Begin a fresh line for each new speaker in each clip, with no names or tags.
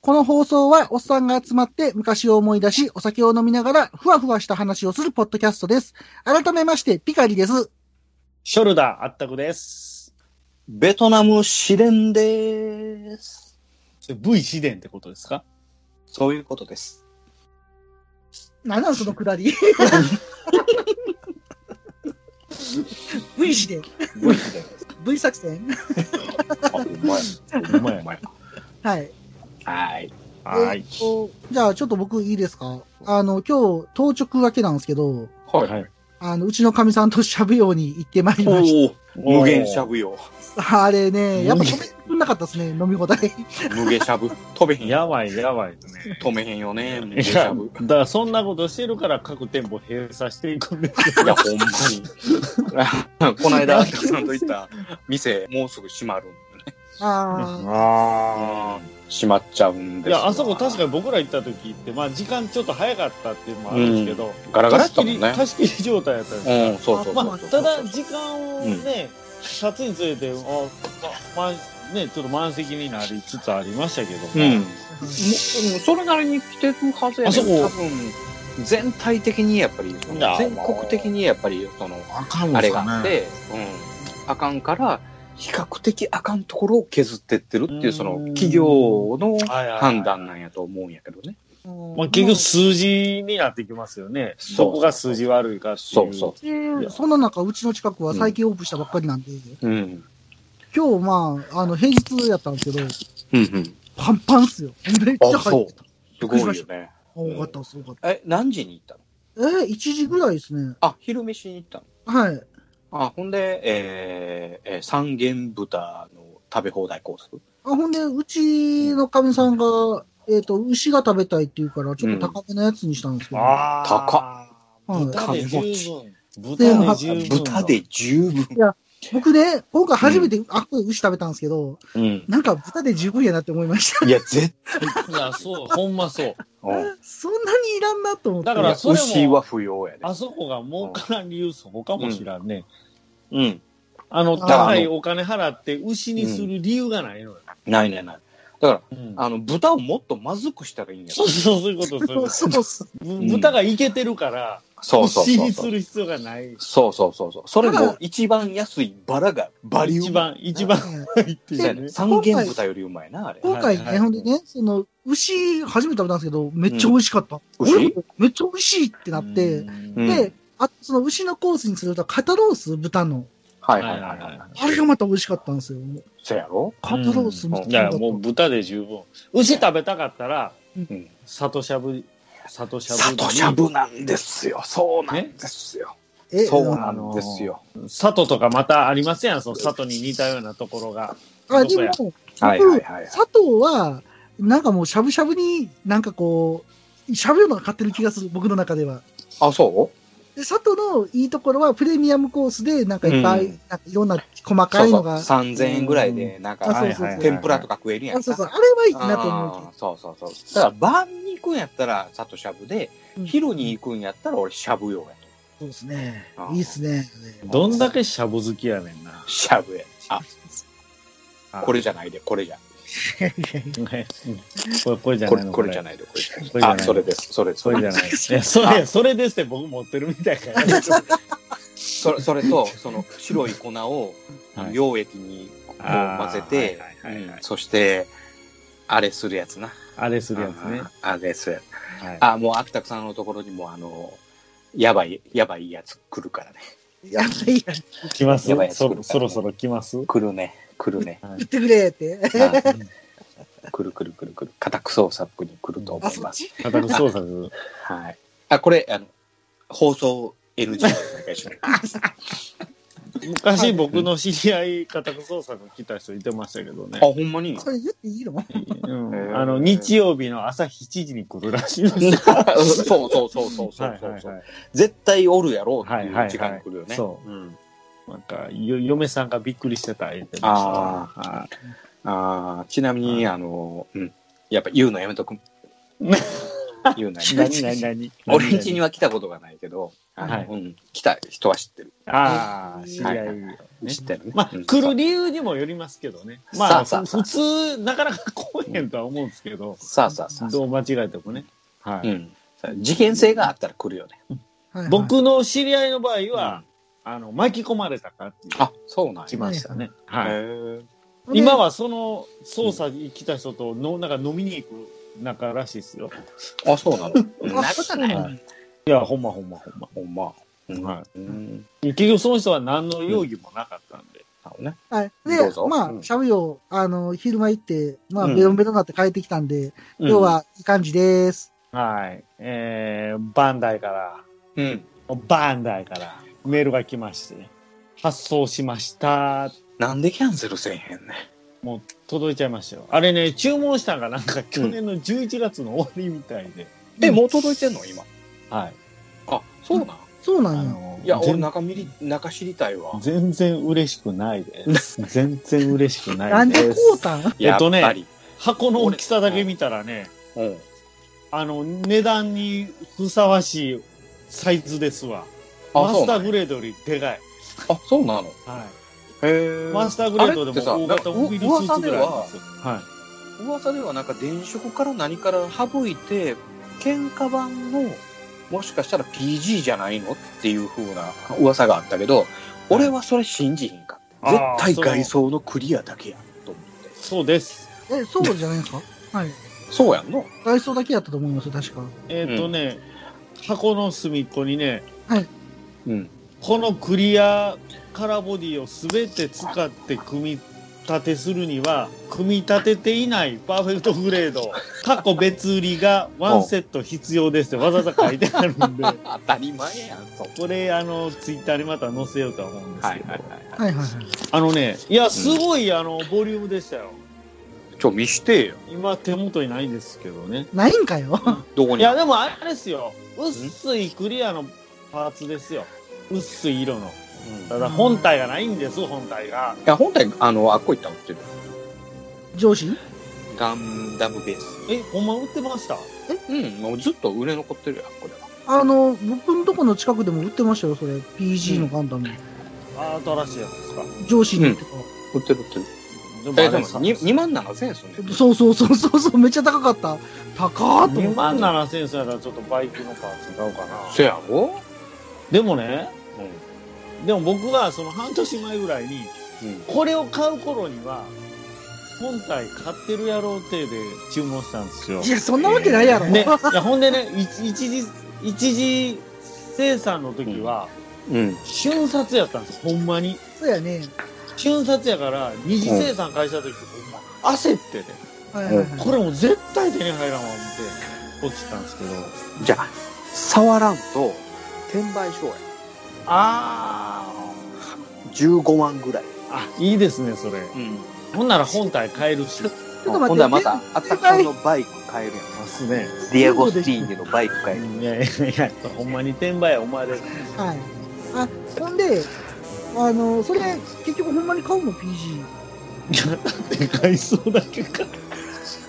この放送は、おっさんが集まって昔を思い出し、お酒を飲みながら、ふわふわした話をするポッドキャストです。改めまして、ピカリです。
ショルダーあったくです。ベトナム試練です。V 試練ってことですか
そういうことです。
なんなんそのくだ り。V 指で、
V 試練です。
V 作戦。
あ、ほんまや。
ほんまや。
はい。
はい。
はー
え
い
っ。とじゃあ、ちょっと僕いいですかあの、今日、当直明けなんですけど、
はい。
い。
あの、うちの神さんとしゃぶように行ってまいりまし
おお、無限しゃぶよ。
た。あれね、やっぱ止めてくんなかったですね、飲み放題。
無限しゃぶ。飛べへんや。
やばい、やばいですね。
止めへんよね。無限
い
しゃ
や、
ぶ。
だからそんなことしてるから各店舗閉鎖していくんですよ。
いや、ほんまに。この間、あったくさんと行った店、もうすぐ閉まる。
あ
ああ。閉まっちゃうんです
い
わ
や、あそこ確かに僕ら行った時って、まあ時間ちょっと早かったっていうのもあるんですけど、
ガラガラや
貸した切
っもん
り、
ね。
貸し切り状態やったんですよ
うん、そうそうそうそう。
まあ、ただ時間をね、経つにつれて、あまあ、ね、ちょっと満席になりつつありましたけども、
うん。も
あ。
それなりに来てるはずやねん
あそこ
多分、全体的にやっぱり、そ
いや
の全国的にやっぱり、その、
あかん
あれがあって、うん、あかんから、比較的あかんところを削ってってるって
う
い
ん
う、その企業の
はいはいはい
判断なんやと思うんやけどね。
ま
ま
あ、結局数字になってきますよね。
そう
そこが数字悪いかっていう。
そうそ
でそんな中、うちの近くは最近オープンしたばっかりなんで、
う。うん。
今日、まあ、あの、平日やったんですけど、
うんうん。
パンパンっすよ。めっちゃ
あ、
入
そ
っ
う
てた。。
すごいよね。
あ多かった、すごかっ
え、何時に行ったの
た。えー、1時ぐらいですね。
あ、昼飯に行ったの
はい。
あ、ほんで、えーえー三元豚の食べ放題コース。
あ、ほんで、うちのかみさんが、えっ、と、牛が食べたいって言うから、ちょっと高めのやつにしたんですけど。
あ
高っ
ー豚で十分。
金
豚
持
で十分。
豚で十分。
僕ね、今回初めて、あっこい牛食べたんですけど、
うん。
なんか豚で十分やなって思いました。
いや、絶
いや、そう、ほんまそう。
対。
そんなにいらんなと思って。
だか
い
ら
や
それも
牛は不要やで。
あそこが儲からん理由、そこかもしらんね。
うん。
あの、
あー
高いお金払って牛にする理由がないのよ。
ないないない。だから、
うん
あの、豚をもっとまずくしたらいいんや
そうそう、そういうこと、そういうこと。
そうっす。
ぶ豚がいけてるから、
そうそう
牛
そう
に
そ
す
う。
る必要がない。
そうそうそうそう。それ
ただ
も一番安いバラがバリュー。
一番、一番
はい
入って
そうや
る
ね。
ね。
三元豚よりうまいな、あれ。
今回ね、
はいはい
ほんでね、その、牛初めて食べたんですけど、めっちゃ美味しかった。
うん牛
俺めっちゃ美味しいってなって、
うん
う
で
ん、
あとその牛のコースにすると、肩ロース豚の。
はい
は
はいい
は
はいい
はい
はい。
あれがまた美味しかったんですよ。
そやろ
肩ロースみたい
い
な
や、
のが。
もう豚で十分。牛食べたかったら、
うん。
里しゃぶ、里しゃぶ。
里しゃ。ぶなんですよ。そうなんですよ。
え
そう
あの
なんですよ。
里とかまたありますやん、その里に似たようなところが。
あ、で
どこや
も、
はいはいはい。
佐藤は、なんかもうしゃぶしゃぶになんかこう、しゃべるのが買ってる気がする、僕の中では。
あ、そう
で、佐藤のいいところはプレミアムコースで、なんかいっぱい、
うん
なんかいろんな細
そ
か
う
い
そ
の
う。
が。
3000円ぐらいで、なん
あ
か
そう、そうそう
はいはいはい
天ぷらとか食えるや
あ
ん
そう
か
そう、。あれはいいなと思う
あーそうそうそう。だから、晩に行くんやったら、さとしゃぶで、
けど。
昼に行くんやったら、俺、しゃぶ用やと。
そうですね
あ。ー
いいですね。
どんだけしゃぶ好きやねんな。
しゃぶや。あ、 これじゃないで、これじゃ。
ねこれ、これじゃ
こ
ない、
れ
の
これじゃ
ない。
ないで、これじゃ
これじゃ
な。
ない
あ、
い
それです、それ、
そ
そ
れ
れ。
じゃ ない。いや、それ、それですって僕持ってるみたいから。
それ、それと、その、白い粉を
は、い
溶液に、こう、
あー
混ぜて
はいはいはいはい、
そして、あれするやつな。
あれするやつね。
あー。あれするやつ。
はい
あ、もう、あったくさんのところにも、あの、やばい、やばいやつ来るからね。
やばいやん、
来ます
やばいやつ
そ
来
ろ
るから
そろそろ来ます
来るね、来 るね。
食ってくれって。
あくるくるくるくる。家宅捜索に来ると
あ、
思い
そっ
ます。
ち
家宅捜索。
はい。あ、これ、あの、放送 NG でお願いします。
は
昔
い
僕の知り合い、家宅捜索来た人いてましたけどね
あ、。ほんまに
それ言っていいの
うん
ー
あの、日曜日の朝7時に来るらしいです。
そうそうそうそうそうそう、
はいはいはい
絶対おるやろうっていう時間に来るよ
はいは
ね。
いはいそ
うん。
なんか、よ嫁さんがびっくりしてた言ってましたはい。
あーちなみに、あの、うん。やっぱ言うのやめとく。言うなり。
何何何
俺んちには来たことがないけど、
はい
うん、来た人は知ってる。
ああ、知り合いよね。
知ってるね。
まあ、
うん
来る理由にもよりますけどね。
さ
まあ、
あさあ
ふ普通、なかなか来へんとは思うんですけど、
さあさあさあさ
どう間違えてもね。は
あ。
い。
うん。事件性があったら来るよね。
はいはい
僕の知り合いの場合は、あの、巻き込まれたかっていう
あ、そうなん
来
や。
ましたね。
へ
はい。
ー
今はその捜査に来た人との、なんか飲みに行く仲らしいですよ。
あ、そ うなの。そんなことない
は
わ。
いや、ほんまほんまほんま。
ほんま。うん
は
うん。
結局その人は何の容疑もなかったんで。
なるほどね。
はい。
ど
で
うぞ、
ま
うん
あ、しゃぶよ、あの、昼間行って、まあ、
うん
ベロンベロンになって帰ってきたんで、今日はいい感じです。
うん。はい。えー、バンダイから、
うん。
バンダイからメールが来まして、発送しました。
なんでキャンセルせえへんね。
届いちゃいましたよ。あれね、注文したんがなんか去年の11月の終わりみたいで。
え、もう届いてんの今。
はい。
あ、そうなん。
そうな
あ
んや。
の
いや、俺
全
中見り、中知りたいわ。
全然嬉しくない です。全然嬉しくな
ないん
です。
でこうたん
えっとね
やぱり
箱の大きさだけ見たらね、
うん。
あの、値段にふさわしいサイズですわ。
あ、
マ
そ
ス
う
ター
なの
グレードよりでかい。
あ、そうなの。
はい。
へえ。
マスターグレードでも
あ
大
れってさ
型モビルスーツぐらい
なんかう
なんですよ。は
噂ではなんか電飾から何から省いて喧嘩版のもしかしたら PG じゃないのっていう風な噂があったけど俺はそれ信じひんかった
あー
絶対外装のクリアだけやと思って
い。そうです。
え、そうじゃないですかはい。
そうやんの
外装だけやったと思いますよ、確か。
えっ、とね、箱の隅っこにね、
うん
このクリアカラーボディを全て使って組み立てするには、組み立てていないパーフェクトグレード、過去別売りがワンセット必要ですってわざわざ書いてあるんで、
当たり前やんそ
これ、あの、ツイッターにまた載せようとは思うんです
はい
けど、
はいはい
はいはいはい。
あのね、いや、すごい、あの、ボリュームでしたよ。
ちょ見してよ
今、手元にないんですけどね。
ないんかよ。
どこ
い
に
や、でもあれですよ、薄いクリアのパーツですよ。薄い色の。
うんい
ただ、本体がないんです、本体が。
や本体あのあっこ行ったの売ってる
上司
ガンダムベース
え、ほんま売ってました
うんもうずっと売れ残ってるやんこれは
あの、僕のとこの近くでも売ってましたよ、それ。PG のガンダム。
あ新しいやつですか。
上司に売って
売ってる売ってる
で
えでも
さ
2, 万7000円すんね
た。
ん
そうそうそうそうそう、めっちゃ高かった。高ーと思って。
2万7000円するやったらちょっとバイクのパーツ買おうかな。
せやろ
でもね、
うん
でも僕はその半年前ぐらいに、
うん
これを買う頃には、本体買ってるやろうてで注文したんですよ
い。や、そんなわけないやろ。
ね、いやほんでね、一一時、一時生産の時は、
うん
瞬殺やったんです、ほんまに。
そうやね。
瞬殺やから、二次生産開始した時、ほんま、焦ってね、
はいはいはい。
これもう絶対手に入らんわ、思って、落ちたんですけど。
じゃあ、触らんと、転売商や。
あ
15万ぐらい。
あ。あ、いいですね、それ。
うん。
ほんなら本体買えるし。
ちょっと待って
ほんならまた、あったかのバイク買えるやん。
ますね。
ディアゴスティーニのバイク買える。
いやいやいや、ほんまに転売や、お前で。
はい。あ、ほんで、あの、それ、結局ほんまに買うの ?PG。
でかいそうだけか。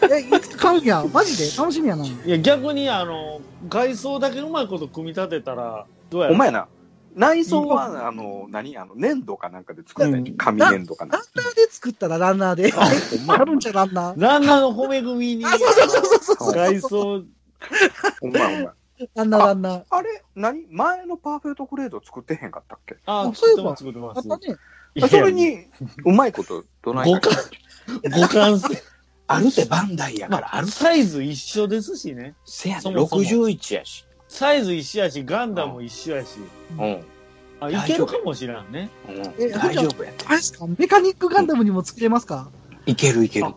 え、いつ買うん や。マジで楽しみやな。
いや、逆に、あの、外装だけうまいこと組み立てたら、どうや
お前な、内装
いい
は、あの、何あの、粘土かなんかで作ったや
うん
ん。紙粘土か
ラ
な
ン。ナーで作ったらランナーで。
あほんまや
あるんじゃランナー。
ランナーの褒め組に、
あ、そうそうそうそうそう。
外装、
ほんまやほんまや。
ランナーランナー。
あれ何前のパーフェクトグレード作ってへんかったっけ
あ、
あそういえば
作ってま。
ますたね。
いや
それ、に、うまいこと、どない
五
か
感。、五感性、
あるてバンダイ や
ま
から、
あ、
ある
サイズ一緒ですしね。
せやね
そもそも
61やし。
サイズ一緒やし、ガンダムも一緒やし。
うん。
あ、い
大
け
丈
る
夫
かもしらんね。
う
え
ん。大丈夫や。
あれですかメカニックガンダムにも作れますか
いけるいける
あ。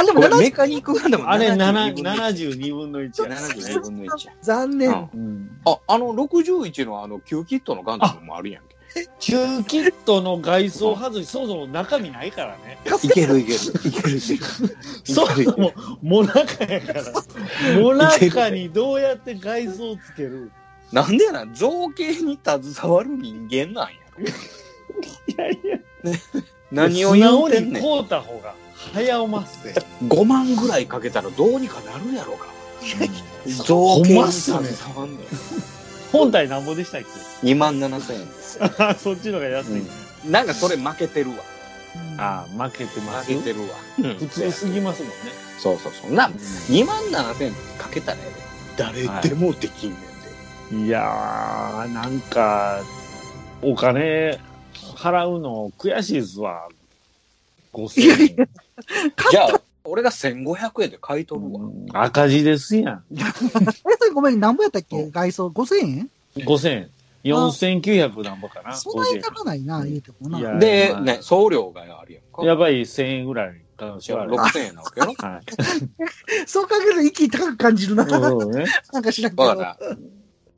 あでも
これ
70
メカニックガンダム
あれ、
72
7
分の1
72分の1や。
72分の1や。
残
う
念
ん。
うん。
あ、あの61のあの旧キットのガンダムもあるやんけ。
キューキットの外装外し、そもそも中身ないからね。
いけるいける。いけるいける。
そもそも、モナカやから。モナカにどうやって外装つける
なんでやな、造形に携わる人間なんやろ。
いやいや、
何を言う
素直
てんね
に買うた方が、早おますで。
ん。5万ぐらいかけたらどうにかなるやろか。造
ほ
形
んまっ
に
すね
携わんのよ
本体なんぼでしたっけ
2万7000円ですよ、
あそっちの方が安い。
なんかそれ負けてるわ
ああ、負けてます。
負けてるわ、
普通すぎますもんね。
そうそうそんな2万7000円かけたらやで誰でもできんねんで、
いやー、なんか、お金払うの悔しいっすわ。
いや
5000円。
じゃあ俺が1500円で買い取るわ、
赤字ですやん。
え、それごめん、何ぼやったっ
う
け外装5000円
5000円。4900なんぼかな。
そんな
5000
に高ないな、言うても
い
な。
や
で、
まあ
ね、送料があるやんか
円やばい1000円ぐらいかもしれない。
6000円なわけ よ
はい。
そう考えると息高く感じるな。
そ
な
うね。
んか知らんけ
だか
ど。
ら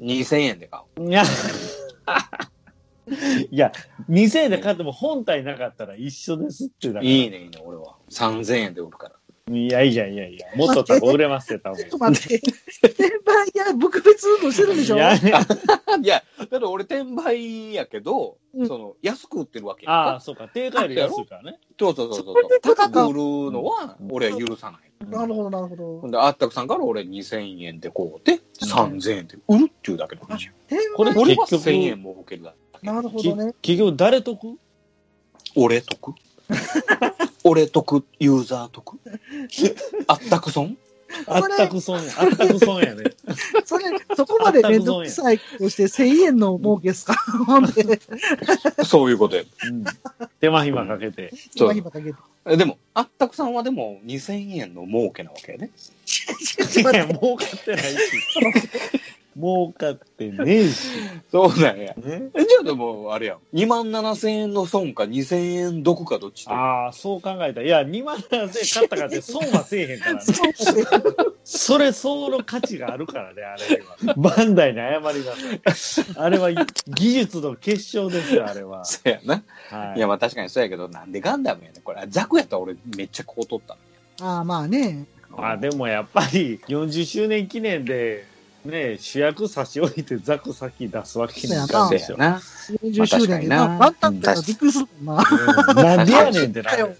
2000円で買おう
いや、 いや、店で買っても本体なかったら一緒ですってだから。
いいねいいね俺は3000円で売るから
いやいやいやいや、もっと多分売れますよ、多 分
ちょっ。と待って。転売や、僕別運動してるんでしょ
いやいや
いや、だって俺転売やけど、
うん
その、安く売ってるわけやん
ああ、
か。
そうか、定価より安いからね。
そうそうそうそう
それ。で
高く売るのは、俺は許さない。
なるほど、なるほ
ほ
ど。
んで、あったくさんから俺2000円でこうで、3000円で売るっていうだけの話やん。
転
これ
売。
俺は
結局
1000円儲けるだけ。
なるほ
き
どね。
企業誰得
俺得 俺得、ユーザー得あったくそん
あったく損や。あったく損やね。
それ、そこまで面倒くさいことして1000円の儲けっすか ほんで、
そういうことや。
うん手間暇かけて。
そう
今今かけて。
えでも、あったくさんはでも2000円の儲けなわけやね。
いや、儲かってないし。儲かってねえし。
そうなんや。
ね、
えじゃあでも、あれやん。2万7000円の損か2000円得かどっちで
ああ、そう考えたら。いや、2万7000円買ったかって損はせえへんからね。
そう
それ相応の価値があるからね、あれは。 バンダイに謝りなさい。あれは技術の結晶ですよ、あれは。
そうやな。
はい
いや、まあ確かにそうやけど、なんでガンダムやねんこれ、ザクやったら俺めっちゃこう取ったの
ああ、まあね。
まあでもやっぱり40周年記念で、ね、主役差し置いてザク先出すわけにいかんでし
そう
ょ。
やな。
40周年でな、
まあ
万
確か
端
に
っ
な
たらびっくりするもんな。
うんなんでやねんってな
だよ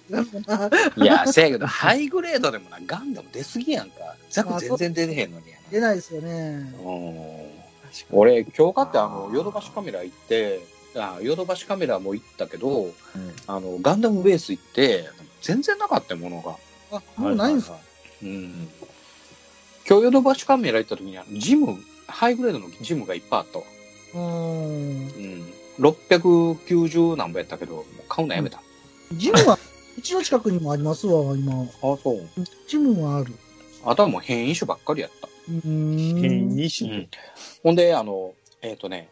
る。。
いや、せやけど、ハイグレードでもな、ガンダム出すぎやんか。ザク全然出てへんのにや
出ないですよね。
な。うん。俺、今日買ってあの、ヨドバシカメラ行って、あヨドバシカメラも行ったけど、あの、ガンダムベース行って、全然なかったよものが。
あ、もうないんすか
か
うん。今日ヨドバシカメラ行った時に、あのジム、ハイグレードのジムがいっぱいあったわ。
うーん。
うん。690何本やったけど、もう買うのやめた。
ジムは、うちの近くにもありますわ、今。
あ、そう。
ジムはある。
あとはもう変異種ばっかりやった。
うーん。
変異種。
ほんで、あの、えっ、とね、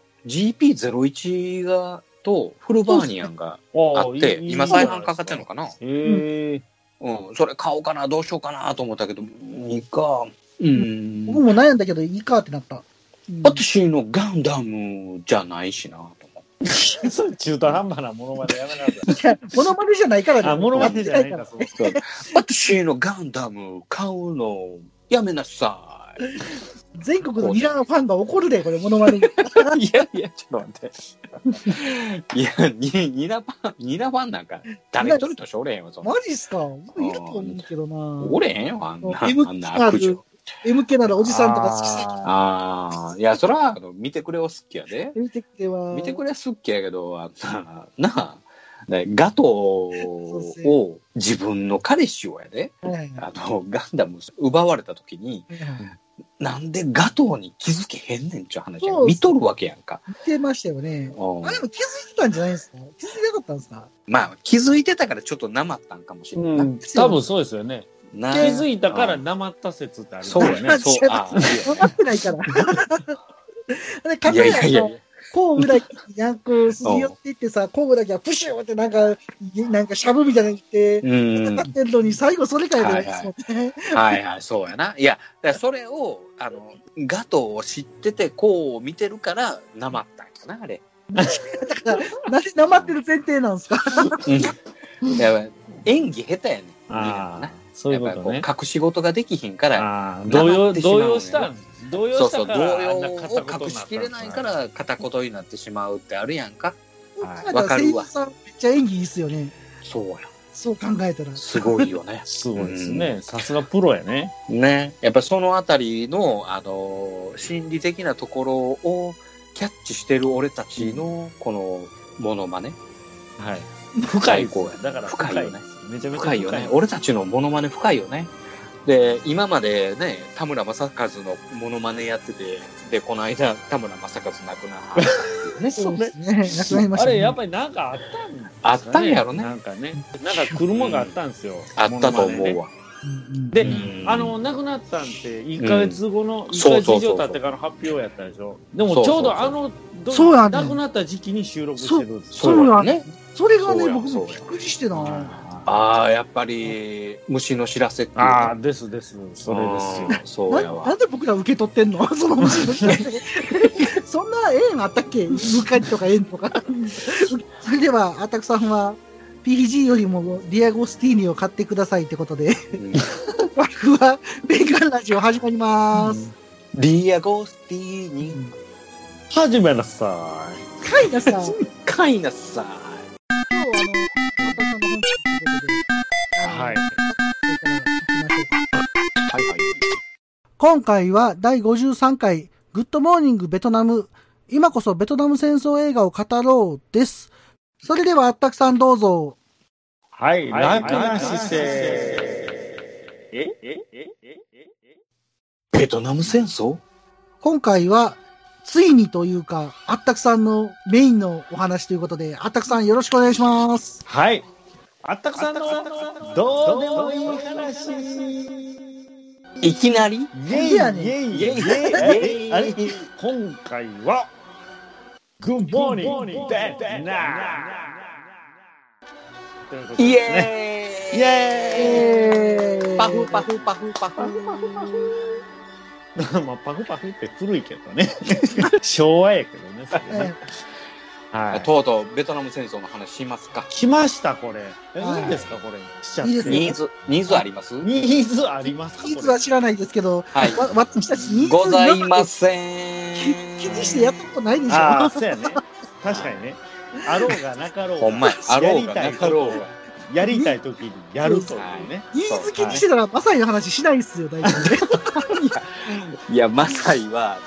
GP01 が、と、フルバーニアンがあって、今再販かかってんのかな
ええ
うん、それ買おうかな、どうしようかなと思ったけど、いいか。うん。
僕も悩んだけど、いいかってなった。うん
私のガンダムじゃないしな、と思
それ中途半端なものまでやめ なさ
い
い。
やモノマネじゃないからね
あ、ものまねじゃないか、その
って。私のガンダム買うの、やめなさい。
全国のミラーファンが怒るで、これ、モノマネ。
いやいや、ちょっと待って。いや、に、ニラパン、ニラパンなんか、誰一人としておれへんわ、そんな
マ。ジっすか僕いると思うけどな。
おれへんわ、あんな、
あの
あんな悪女。
MK ならおじさんとか好きさ。
あ
ああ、いや、そら、あの、見てくれを好きやで。
見てきては。
見てくれは好きやけど、あんな、なあ、ねガトーを自分の彼氏をやで、
はいはいは
あの、ガンダム奪われた時に、
いはい
なんでガトーに気づけへんねんっちゅう話や
そう
見とるわけやんか。
見てましたよね。
うん
あ、でも気づいてたんじゃないですか気づいてなかったんですか
まあ、気づいてたからちょっとなまったんかもし
う
れんない。
ん、多分そうですよね。
な
気づいたからなまった説ってある。
そうやね、そう、ああ、
分かってないから。で、か
いやい
や
やいやいや。
工具だけ、なんか、すり寄っていってさ、工具だけはプシューってなんか、なんかしゃぶみたいなの言って、
うん
戦。ってるのに最後それかよ
はい
ね。
はい
そうね
はいはい、そうやな。いや、だからそれを、あの、ガトーを知ってて、こう見てるから、なまったんやな、あれ。
だから、なぜ黙ってる前提なんですか
やばい演技下手やねん。
ああ、そういう
やっぱ
こ
り
と
こう、
ね。
隠し事ができひんから、
ああ、
黙
動揺、
ってしま
動
うのよ
揺したん。動揺
そう
した
そう、
か
動
ら、
揺
あんな片
を
言
隠
になっ
し
たん
き
で
れ
す
ないか。ら、片言になってしまうってあるやんか。
は
だ
い
から声優さんめっちゃ演技いいっすよね。
そうや。
そう考えたら。
すごいよね。
すごいですね。さすがプロやね。
ね。やっぱそのあたりの、あの、心理的なところをキャッチしてる俺たちの、この、モノマネ。
はい。深いです
最高やね
だから
深いよ
で
ね
すめちゃめちゃ
深いよね。
俺
俺たちのモノマネ深いよね。で、今までね、田村正和のモノマネやってて、で、この間、田村正和亡くなったっていうね。
そうですね。なくなりまし
あ
た、ね。
れやっぱりなんかあったんですかね
あったんやろね
なんかね。なんか車があったんですよ。
あった
モノマネ
と思う
ね。
わ。
うんうん
で
うん
あの、亡くなったんって1ヶ月後の、1ヶ
そう
月
そうそう
以
そう
上経ってからの発表やったでしょ。で
そ
も
う
ち
そ
ょ
うそう
うどあの、ど
そうやね
亡くなった時期に収録してるんですよ
そうや
ね。
それがね、
そうや
僕
そう
も
や
びっくりしてな。
ああ、やっぱり、虫の知らせっていうか
ああ、ですです。それですよ。
うんそ
な
うや
な
わ
ん。で僕ら受け取ってんの その虫の知らせそんな縁あったっけ向かいとか縁とか。それでは、アタクさんは、PG よりもディアゴスティーニを買ってくださいってことで、
うん
僕は、ベンガンラジオ始まります。
ディアゴスティーニ、
始めなさ
カイナさん、今日
かいな
あ
さ
の、アタクさんの本日ということで、
い。
あの
はい。
い。はいはい。
今回は第53回グッドモーニングベトナム今こそベトナム戦争映画を語ろうです。それではあったくさんどうぞ。
はい、
はい
楽な姿勢。
ベトナム戦争
今回はついにというかあったくさんのメインのお話ということであったくさんよろしくお願いします。
はい。あったくさんの、どうでもいい話。
いきなり
イェイイェイイェイイェイあれ今回は、Good Morning Dead Now!
イ
ー
エーイ
イエ
ーイ
パフパフパフパフパフパフ
イ まあ、パフパフって古いけどね。 昭和やけどね、それね
え
はい。
とうとうベトナム戦争の話しますか
来ました、これ。え
はい
いいんですか、これ。しちゃっ
いいです
て。
ね
ニーズ、ニーズあります
ニーズありますか
ー、ニーズは知らないですけど、
はい。
わ私たちニーズ
ございま
ん。
せん。
記事してやったことないでしょ。
ああ、 そうやね。確かにね。あろうがなかろうが。
ほんまやあろうが
や
な
り
か
たい
ろうが。
やりたい時にやるというね。
ニーズ気にしてたらマサイの話しないっすよ、大 体ね。
いや、マサイは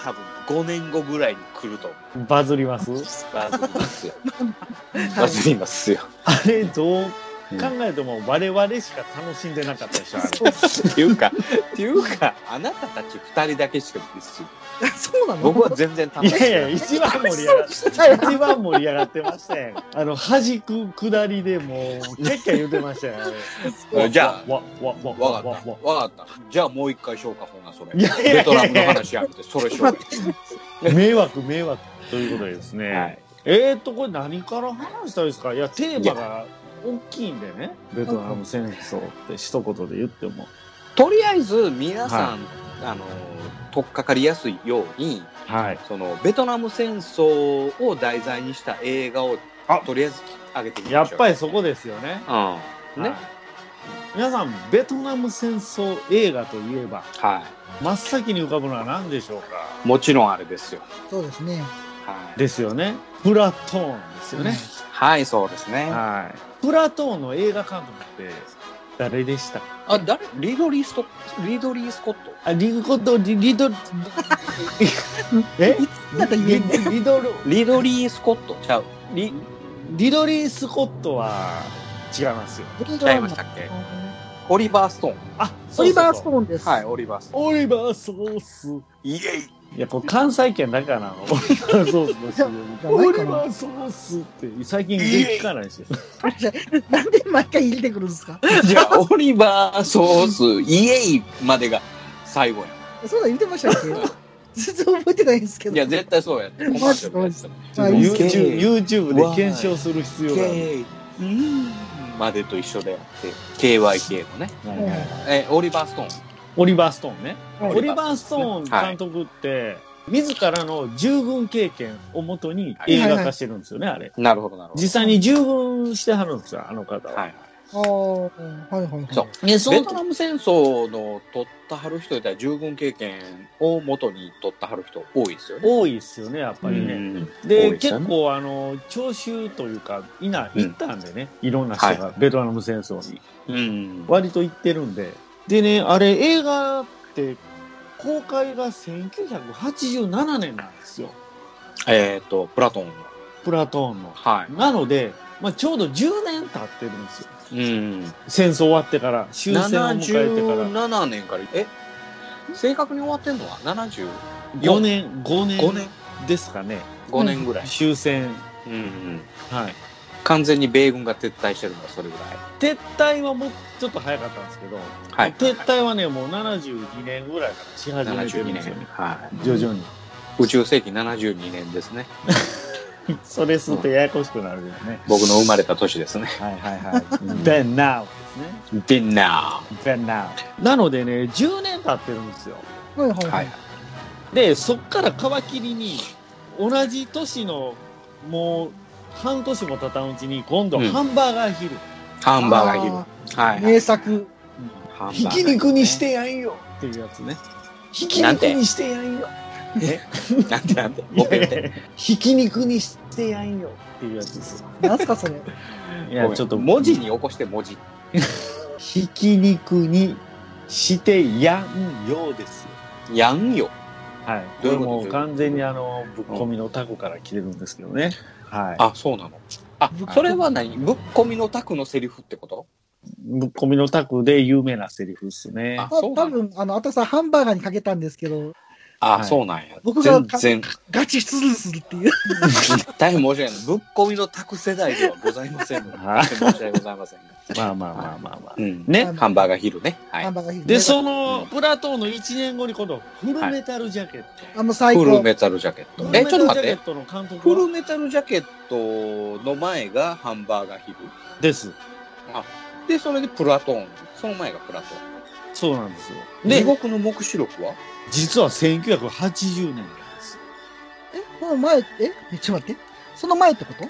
多分5年後ぐらいに来ると思う。
バズります
バズりますよ。
は
バズりますよ。
あれ、どう考えても我々しか楽しんでなかったでしょ、あれ。
っていうか、っていうか、あなたたち二人だけしかですし、
い、そうなの
僕は全然楽
い
しくな
や
い
いや、一番盛り上がって、一番盛り上がってましたよ。あの、弾く下りでもう、キャッキャ言ってましたよ、あれ。
じゃあ
わ、わ、わ、わ、わ
わか、
わ。
った。わかった。じゃあもう一回消化法な、それ。
いやいやいや
ベトナムの話やめて、それ消化。
迷惑、迷惑。ということでですね。
はい。
えーと、これ何から話したらいいですかいや、テーマが大きいんでね。ベトナム戦争って一言で言っても。
とりあえず、皆さん、あの、取っかかりやすいように、
はい。
その、ベトナム戦争を題材にした映画を
あ、
とりあえず上げていき
や
ま
っ
しょう。
ぱりそこですよね。
うん。ね
はい。皆さん、ベトナム戦争映画といえば、
は
真っ先に浮かぶのは何でしょうか
い。もちろんあれですよ。
そうですね。
はい。
ですよね。プラトーンですよね。
はい、そうですね。
はい。プラトーンの映画監督って誰でした
あ、誰リドリー・ストッ、リドリー・スコット
あ、リグコとリリド、 え
なんか言えんね
リリドル、
リドリー・スコットちゃう。
リ、リドリー・スコットは違いますよ。
ちゃいましたっけオリバー・ストーン。
あ、
オリバースト
ーン。
ーンです。
はい、オリバー・ストー
オリバー・ソース。
ン。イエイ
いや、これ関西圏だからなの。オリバー・ソースの CM。オ リバー・ソースって最近聞かないですよ。
なんで毎回入れてくるんですか
じゃあ、オリバー・ソース、イエイまでが最後や。
そうだ、言ってましたっ け全然覚えてないんですけど。
いや、絶対そうや。コマーシャルやってたもん
はい
YouTube, YouTube で検証する必要がある。
イうんまでと一緒であって、KYK のね。
はい
はい
は
はいい
え、オリバー・ストーン。
オリバー・ストーンね。
はい
オリバー・ストーン監督って、自らの従軍経験をもとに映画化してるんですよね、あれ。
なるほど、なるほど。
実際に従軍してはるんですよ、あの方は。
はい。
ああ、はいはいはい。
そう
え、そ
ベ
の
トナム戦争の取ったはる人いたら従軍経験を元に取ったはる人多いですよね。
多いっすよね、やっぱりね。
多い
で、
ですよ
結
ね
構、あの、聴衆というか、いな、
うん
行ったんでね、いろんな人が、ベトナム戦争に。
うん
割と行ってるんで。でね、あれ、映画って、公開が1987年なんですよ。
えっ、と、プラトンの。
プラトーンの。
は
なので、まあ、ちょうど10年経ってるんですよ。
い。うん。
戦争終わってから、終戦を迎えてから、
77年から、え正確に終わってんのは ?75
4年、5
年
年ですかね。
?5 年ぐらい。
終戦。
うんうん。
はい。
完全に米軍が撤退してるのはそれぐらい。
撤退はもうちょっと早かったんですけど、
はい。
撤退はね、もう72年ぐらいからし始めてる
72
んですよ
年
ね。。
は
徐々に。
い。宇宙世紀72年ですね。
それするとややこしくなるよね。
僕の生まれた年ですね。
はいはいはい。Then now ですね。
ディナ
Then now。なのでね、10年経ってるんですよ。
はいはい
ー。
は
はいい。。
で、そっから皮切りに、同じ年のもう半年も経たんうちに、今度
うん
ハンバーガーヒル。
ハンバーガーヒル。はい、はい。
名作。
ハンバーガーね
ひき肉にしてやんよっていうやつね。ひき
なん
肉
て
にしてやんよ。
なんてなんて。ボケて。
ひき肉にしてやんよっていうやつです。
なんすか それ。
い
ごめん文字に起こして文字。
ひき肉にしてやんようですよ。
やんよ。
はい。こ
どうい
れ
うこと
もう完全にあの、ぶっ込みのタコから来てるんですけどね。はい。
あ、そうなの。あ
ぶっ、
それは何ぶっ込みのタクのセリフってこと
ぶっ込みのタコで有名なセリフっすね。
あ
まあ、
そう
多
なの
分、あの、あたさんハンバーガーにかけたんですけど、
あ、
はい
そうなんや。
僕が
全然、
ガチスルンするっていう。
大変申し訳ない。ぶっ込みのタク世代ではございませんので。
はい
申し訳ございませんが。
まあまあまあまあまあ。
うん。
ね。
ハンバーガーヒルね。は
ハン
い。
バーガーヒル
で、その、プラトーンの1年後に今度、フルメタルジャケッ
あの、最
フル
高。
メタルジャケッ
ト。
ト。え、ちょっと待っ
フルメタルジャケ
て
ッ。トの監督
フル
は
メタルジャケットの前がハンバーガーヒル。
です。
で、それでプラトーン。その前がプラトー
そうなんですよ。
ン。地
で、
獄の目視録は
実は1980年なんです。
え、この前、え、えちょっと待って。その前ってこと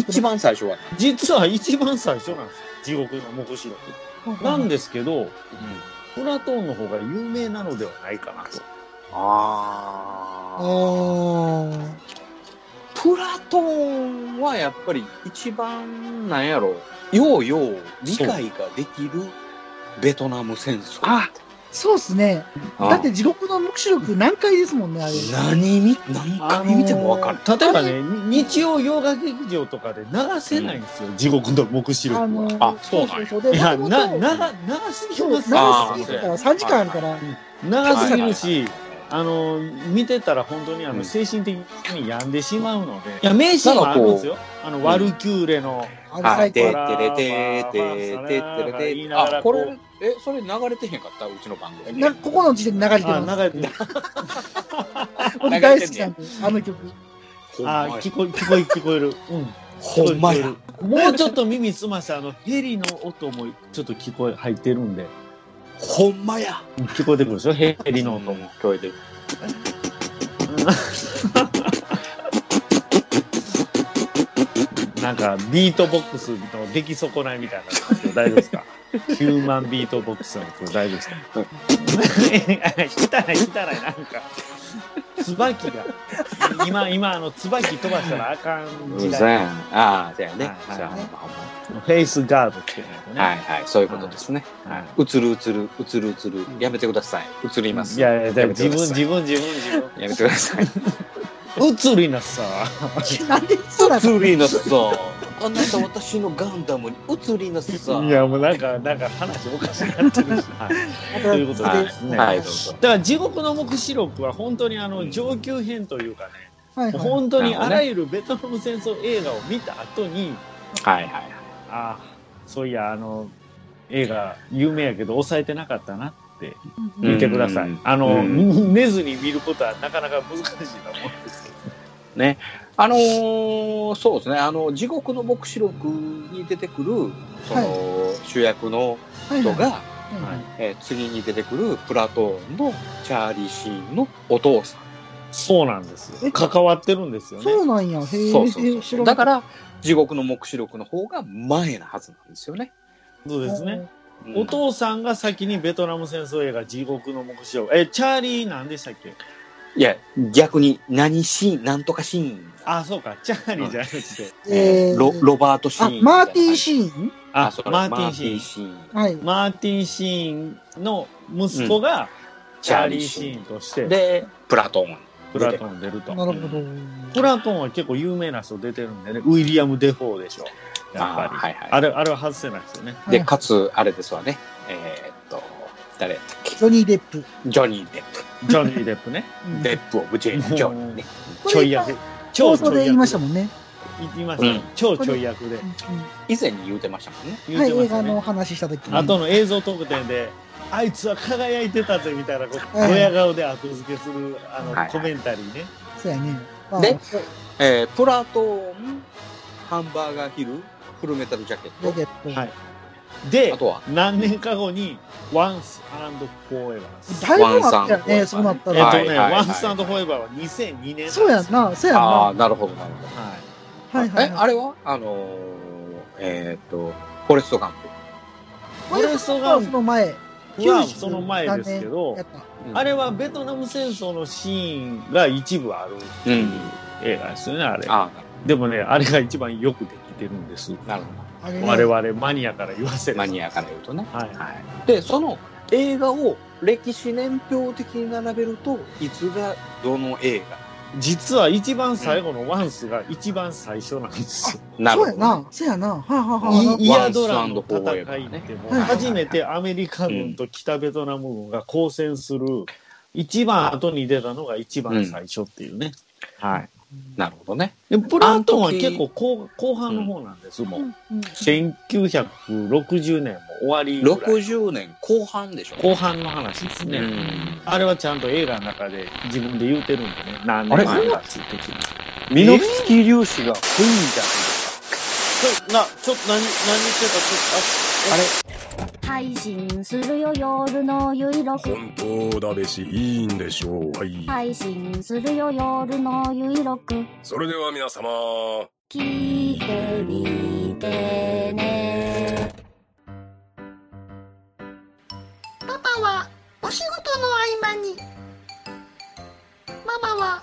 一。番最初は。
実は一番最初なんですよ。地獄の目視録。なん
で
ですけど、プラトーンの方が有名なのではないかなと。
あ
あ
あ
ー。プラトンはやっぱり一番なんやろようよう理解ができるベトナム戦争
あそうっすね。
あ
だって地獄の目視録何回ですもんね、あれ。
何見何回見ても分かる、
あのー例えばね、に日曜洋画劇場とかで流せないんですよ、地獄の目視録は。
あの
あそうなんや
そうそう
いや、な、
で、な、
な、長すぎ
そう、
ま
長
す
す
よ
あー
ぎるから、3時間あるから。
長すぎるし、
は
あのー、見てたら本当にあ
う
の、
ん
精神的に病んでしまうので。いや、名シーンもあるんですよ。あの、
ん
ワルキューレの。
あれ
いはい
最
で
高。
てれててててれてあこれえそれ流れてへんかったうちの番組
なここの時点で流れて
あ、
ます。
流れてる。
僕
流れてんね
大好きなんで、あの曲。
ほん
あ
まや
聞こえ、聞こえ、聞こえる。うん。
ほんまや
聞こえるもうちょっと耳すました、あの、ヘリの音もちょっと聞こえ、入ってるんで。
ほんまや
聞こえてくるでしょヘリの音
も
も。
聞こえてる
なんか、ビートボックスの出来損ないみたいなんですけど、大丈夫ですかヒューマンビートボックスなんですけど、大丈夫ですか汚い、汚い、なんか。椿が。今、今、あの、椿飛ばしたらあかん時
う
代。
ざいああじゃあね、
はいはい
じゃあほんまほんま
フェイスガードっていうのね。
はいはい、そういうことですね。
はい
はい。うつるうつる、うつるうつる。やめてください。うつります。
いやいや、だ
や
から
め
自
てく
分、自
ださい
分、自分、自分。
やめてくださ い。
うつりなさ。
なんでそうなんで
う
す
つりなさ。あなた私のガンダムにうつりなさ。
いや、もうなんか、 なんか話おかしくなってるし。はい。
か
ということ
は
で
い
すね。
はい、どうぞ。
だから地獄の目視録は本当にあ
う
の
ん
上級編というかね、
はいはい
本当にあらゆるベトナム戦争映画を見た後に、
はいはい。
ああ、そういや、あの、映画有名やけど抑えてなかったなって
うん
見てください。
うん
あの、
う
寝ずに見ることはなかなか難しいと思うんですけど。
あのー、そうですね。あの、地獄の目視録に出てくる、その、主役の
はい
人
はい
が、
はいはい
えー次に出てくるプラトーンのチャーリー・シーンのお父さん。
そうなんですよ。
え
関わってるんですよね。
そうなんや。へえ
そうそうそう
知らな
だ
か
か
っ
ら、地獄の目視録の方が前なはずなんですよね。
そうですね。
うん
お父さんが先にベトナム戦争映画地獄の目標。え、チャーリーなんでしたっけ
いや、逆に、何シーン、なんとかシーン。
あ、そうか、チャーリーじゃなくて。
えー
ロロバート・シ
あ
ーン。、
マーティン・
ーン。
シーン
あ、
そう
マ
マ
ー
ー
テ
テ
ィ
ィ
ンシ
ン・シ
ーン。
ーン。
はい。
マーティン・シーンの息子が、チャーリー・シーンとして、
で、プラトーン。
プラトン出ると。
なるほど。
プラトンは結構有名な人出てるんでね、ウィリアム・デフォーでしょ。やっぱ
あ
り。
ーはいはい。
あれ、あれは外せないですよね。
は
で、
い
かつ、あれですわね。えーっと、誰だっけ
ジョニー・デップ。
ジョニー・デップ。
ジョニー・デップね。
うん
デップ・オブ・ジェイ
うん
ン・ジョニーね。
これ
ちょい役。超
放
ちょ
送
い役。
で言いましたもんね。
言いましたね
うん
超ちょい役で。
以前に言うてましたもんね。
うんは
言
い、
うて
映
ました
画
ね
の。話した時に。
あとの映像特典で、あいつは輝いてたぜみたいなこと、
はい
ドヤ顔で後付けするあの、
はいはい
コメンタリーね。
そうやね。あ
でえー、プラトーン、ハンバーガーヒル、フルメタル・ジャケ
ロ
ッ
ケ
ト。
ット。
はいで
あ、とは、
何年か後に、Once and Forever です。
だいぶあったよ
ワ
ね、
ン
そ
サ
う
ン
なった
えっと
ら。
ね、
はいはいはい
Once and Forever は2002年なんです
そうやん。な、そうやんな。
ああ
は
ー、なるほど、なるほど。
はい
いはいはい。
え、あれはあのー、えーっと、フォレスト・ガンプ。
これその前。
はその前ですけど
やっ、た
うん
あれはベトナム戦争のシーンが一部あるっていう映画ですよね、あれ。
あ
でもね、あれが一番よくできてるんです。
あ、なるほ
あれね
我々マニアから言わせ
ど。
る
マニアから言うとね。
ア。はい。
はい。で、その映画を歴史年表的に並べると、いつがどの映
実は一番最後のワンスが一番最初なんですよ。
画。なる
そ
ほ
うや
ど。
な、そうやな。はあ、はあはあ
い
なん
イ
か
イ
ワ
ヤ
ンス
ドラ
ア
ンの
ンド
戦
フォーエバ
い
ーね
でも
はい
初めてアメリカ軍と北ベトナム軍が交戦する一番後に出たのが一番最初っていうね。はい。
なるほどね。
でプラトンは結構後後半の方なんです、もう。
うん
1960年も終わりぐらい。
60年後半でしょ。
後半の話ですね。
うん
あれはちゃんと映画の中で自分で言うてるんでね。何
あ
年
れ
前だっていう時に。
ミノフスキー粒子が不意じゃな
な、
い
ちょっと何、何言ってた
配信するよ夜のゆいろく
本当だべしいいんでしょうはい、
配信するよ夜のゆいろく
それでは皆様
聞いてみてね
パパはお仕事の合間にママは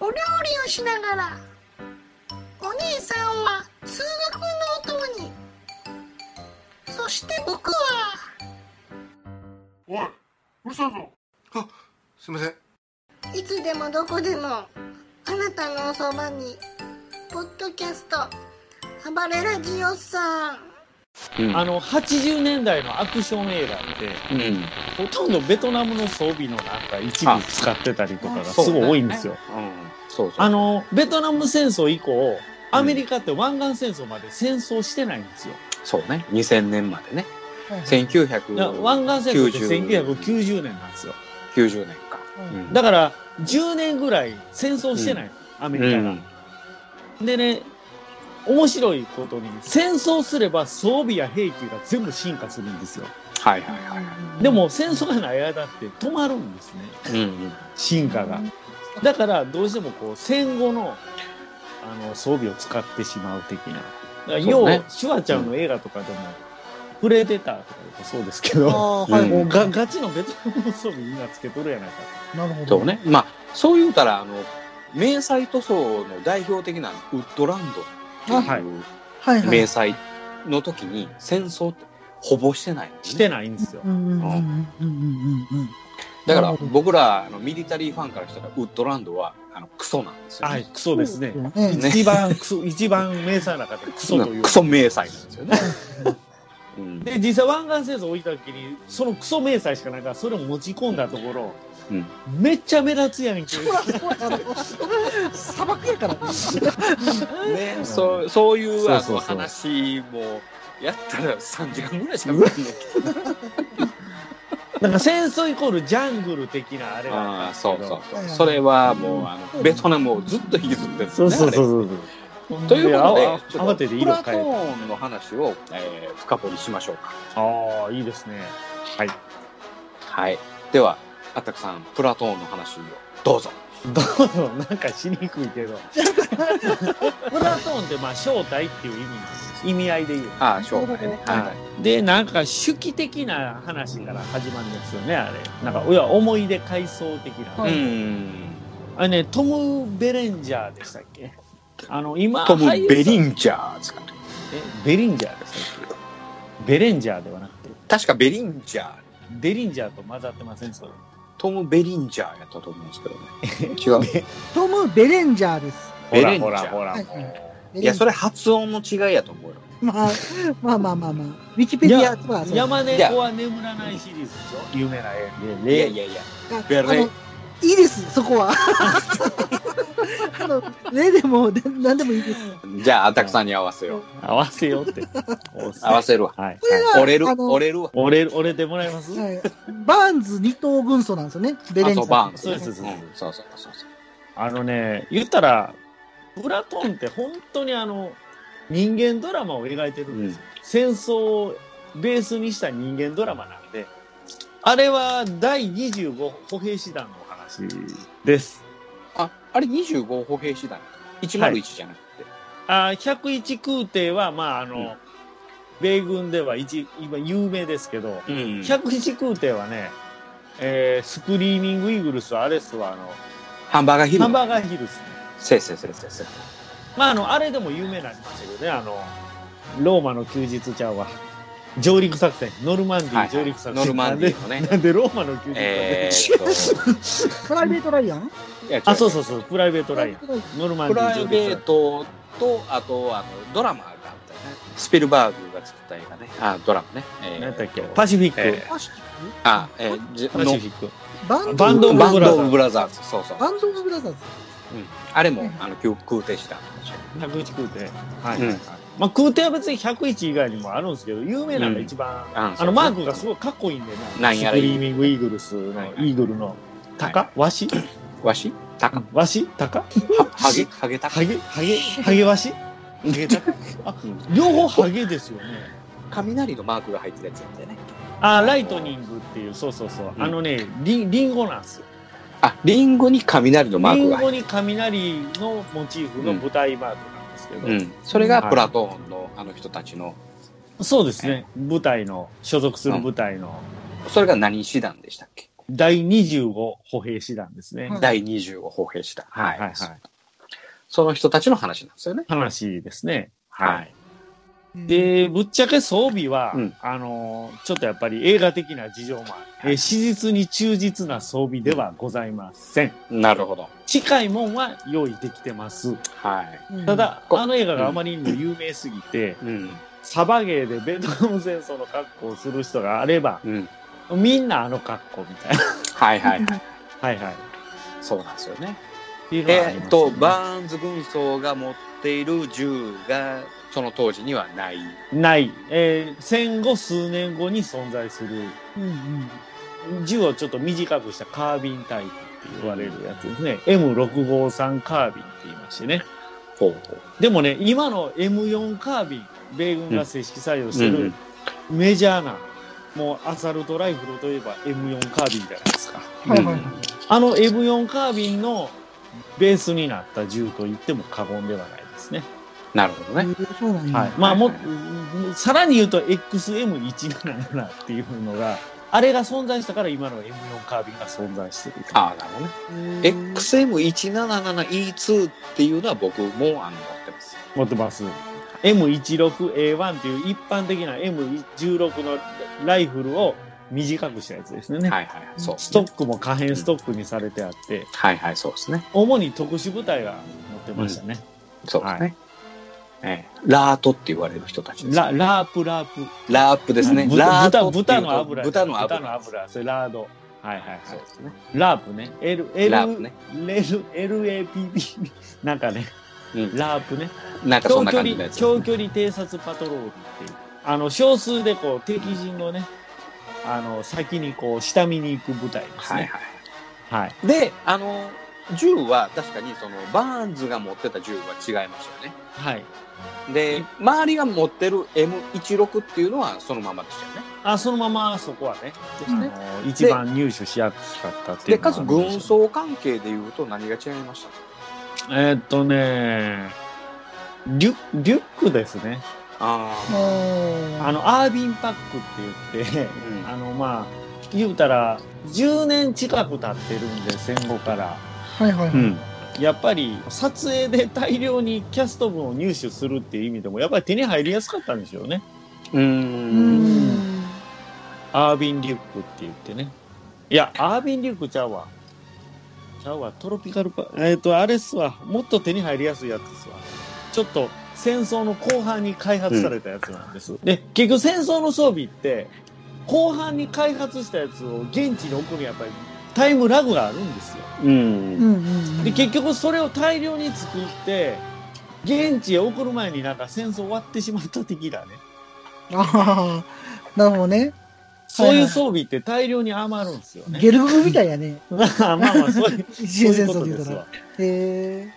お料理をしながらお兄さんは通学のお供にそして僕は
おい、うるさいぞ。あ、すいません。
いつでもどこでもあなたのおそばにポッドキャスト暴れラジオさん
うん
あの、80年代のアクション映画って、
うん。
ほとんどベトナムの装備のなんか一部使ってたりとかが
あ
すごい多いんですよ。
うん。そうそう。
あの、ベトナム戦争以降、アメリカって湾岸戦争まで戦争してないんですよ。
そうね。2000年までね。
はい
1990
いや湾岸戦争って1990年なんですよ。
年か。
うん
うん
だから、10年ぐらい戦争してない、アメリカが。でね、面白いことに、戦争すれば装備や兵器が全部進化するんですよ。
はいはいはいは
でも、戦争がない間って止まるんですね。
い。うん
進化が。だからどうしてもこう戦後のあの装備を使ってしまう的な。だから
そ
要
うね
は、シュワちゃんの映画とかでも、プレデターとかでもそうですけど、
あーはい
うん
もうガガチのベトナムの装備みんなつけとるやないか
なるほ
そう
ど。
ね。まあ、そう言うたら、あの、迷彩塗装の代表的なウッドランドって
はい
はいは
う
い。
迷彩の時に戦争ってほぼしてない、ね。
と。してないんですよ
う。んうんうんうんうんうんうん。
だか
な
ら
るほど
僕らあのミリタリーファンからしたらウッドランドはあのクソなんですよ、ね。
はい、クソですね。
ね
ね
一番クソ、一番名産の中でク
ク
ソ
ソ
という
ク。ソ迷彩なんですよね。うん
で、実際湾岸戦争を置いた時に、そのクソ迷彩しかないから、それを持ち込んだところ、
うん
めっちゃ目立つやんけ。
ほら、ほら、あの砂漠やからね。
ね、そうそういうあの
そうそうそう
話もやったら3時間ぐらいしか無理ね。
なんか戦争イコールジャングル的なあれが
あ
あ
あそうそ
う
うそ
ん
う。それはもうあのベトナムをずっと引きずってるんですね。う。
うそう
ということで
ああ
ちょ
慌
って
て
とプ
色
ラト
変え
ーンの話を、えー深掘りしましょうか。
たああいいですねはい
はい。ではアタックさんプラトーンの話をどうぞ。
どうぞ なんかしにくいけどプラトンってまあ正体っていう意味なんです意味合いで言う。
ああ、商売ね。は
で、なんか主義的な話から始まるんですよね、あれ。なんか、いや、思い出回想的な。
い。うん。
あれね、トム・ベレンジャーでしたっけあの、今、
トム
俳優・さん
ベリンジャーですか。
え、ベリンジャーですね。ベレンジャーではなくて、
確かベリンジャー。
デリンジャーと混ざってません、それ。
トム・ベリンジャーやったと思うんですけどね。 違う。
トム・ベレンジャーです。
ベレンジャー。
ほら
はい
いや、そ
れ。
れ発音の違いやと思うよ。
まあ、まあまあまあまあ。ウィキペディアとはそうです
山猫は眠らないシリーズでしょ有名な映画
いや
で。
いやいや。
あ
ベレ
あのいいです、そこは。あの、ねでも、でなんでもいいです。
じゃあ、アタックさんに合わせよう。
合わせよう って。
合わせるわ。
はい。
これが、
折れる、
あの
折れるわ。
俺、俺でもらえます
はいバーンズ二等軍曹なんですよね、ベレン
あ
ジャ
と
ー。
バーン
そうです
ズ
そう
ね
です
うんそうそうそうそう。
あのね、言ったら、プラトンって本当にあの、人間ドラマを描いてるんですよ。戦争をベースにした人間ドラマなんで、あれは第25歩兵師団のお話です。
あ、あれ25歩兵師団。101じゃなくて。
あ101空挺は、まああの、
うん
米軍では一、今有名ですけど、
うん
101空挺はね、えースクリーミングイーグルス、アレスはあの、
ハンバーガーヒル
ハン。バーガーヒルスね。
せいせいせいせいせい。
まああの、あれでも有名になりましたけどね、あの、ローマの休日ちゃうわ。上陸作戦、ノルマンディ
はい
ー上陸作戦。
ノルマンディーのね
なんでなんでローマの休日かね
えーっ と
プライベートライアン
いや違
あ、そう
う。
そうそう、プライベートライアン。ノルマン
プ
ディー
ラ
上
イ
陸作
ベー
戦。
トと、あと、あの、ドラマがあったよね。スピルバーグが作った映画ね。あ、ドラマね。えー
何だっけパシフィック。
え
パシフィッ
あ、えー、じ
パシ
の
フィック。
クバンド
バンドオブ
バン
ブラザーズ
ド・オブ・ブラザーズ。そうそう。
バンドオブブラザーズ。
あれも、あの、空空挺した。
101空挺。はい。
うん
まあ、空挺は別に101以外にもあるんですけど、有名なのが一番、
あ
あの、マークがすごいかっこいいんでな。
なんやら
スクリーミングイーグルスの、
はい
イーグルの、タカワシ
わしタカ
ワシタカ
ハゲハゲタカ
ハゲハゲハゲワ シハゲタカあ両方ハゲですよね。
雷のマークが入ってるやつやったよね。
あ、ライトニングっていう、そうそうそう。あのね、リンリンゴなんですよ。
あ、リンゴに雷のマ
リ
ーク
ン
が入
ゴ
って
に雷のモチーフの舞台マークなんですけど、
る。うん。それがプラトーンのあの人たちの、
そうですね、舞台の、所属する舞台の
それが何師団でしたっけ
第25歩兵師団ですね。
うん
第25歩兵師団。
はいはいはい。
その人たちの話なんですよね。
話ですね。。
はい
で、ぶっちゃけ装備は、
うん
あの、ちょっとやっぱり映画的な事情もある。えー史実に忠実な装備ではございません。
なるほど。
近いもんは用意できてます。
はい。
うん
た、だ、
うん
あの映画があまりにも有名すぎて、
うん。
サバゲーでベトナム戦争の格好をする人があれば、
うん。
みんなあの格好みたい な。
はいはいはい。
はいはい。
そうなんですよね。
っていうのがあり
え
ます
っと、
ね
バーンズ軍曹が持っている銃が、その当時にはない。
ない。えー戦後数年後に存在する
うんうん
銃をちょっと短くしたカービンタイプって言われるやつですね。M653 カービンって言いましてね。
ほうほう。
でもね、今の M4 カービン、米軍が正式採用して
うんう
る
ん
メジャーな、もうアサルトライフルといえば M4 カービンじゃないですか。
はいはいはい
あの M4 カービンのベースになった銃と言っても過言ではないですね。
なるほど
え
ね。
ーそうなんや。
はい。まあもっ
は
と、さらに言うと XM177 っていうのが、あれが存在したから今の M4 カービンが存在してると。
ああ、なるほどね。
うん。
XM177E2 っていうのは僕もあの持ってます。
持ってます。M16A1 っていう一般的な M16 のライフルを短くしたやつですね。
はいはいはい、そう、
ストックも可変ストックにされてあって、
はいはい、そうですね。
主に特殊部隊が持ってましたね。
そうですね。
は
ええラートって言われる人たちです、
ラ
ね。
ラープラープ。
ラープですね。ラー
豚
ト
豚
っ
豚
ていうと
の油。
豚の油。
豚の油。それラード。はいはいはい
そう。ですね。
ラープね。L、L、
ラープね
L、LAPP。なんかね、
うん。
ラープね。
なんかそ
長
んな
距
感じの
離、
やつ、
長距離偵察パトロールっていう。あの、少数でこう、敵陣のね、あの、先にこう、下見に行く部隊です
はい
ね。
はい。
はい。
で、あの、銃は確かにそのバーンズが持ってた銃は違いましたよね。
はい。
で、周りが持ってる M16 っていうのはそのままでしたよね。
あ、そのままそこはね、
ですね
あの一番入手しやすかったってい
で、
うのが
か
あ
つ
るん
軍
しょう。
曹関係で言うと何が違いました
えーっとね、リュリュックですね。
あ
あ
あ
の、アービンパックって言って、
うん
あの、まあ、言うたら、10年近く経ってるんで、戦後から。
はいはい
あ。うん。
やっぱり、撮影で大量にキャスト分を入手するっていう意味でも、やっぱり手に入りやすかったんでしょうね。
う。
うんん
アービン・リュックって言ってね。いや、アービン・リュックちゃうわ。ちゃうわ、トロピカルパ、えっ、と、あれっすわ、もっと手に入りやすいやつっすわ。ちょっと、戦争の後半に開発されたやつなんです。で、結局戦争の装備って、後半に開発したやつを現地に送るにはやっぱりタイムラグがあるんですよ。
う。
うんんうん
で、結局それを大量に作って、現地へ送る前になんか戦争終わってしまった的だね。
ああ、なるほどね。
そういう装備って大量に余るんですよね。
ゲルググみたいやね。
まあまあまあ、そういう。
一次戦
そ
争
う
で
いう
言うた
ことです
らへ
わ。
え。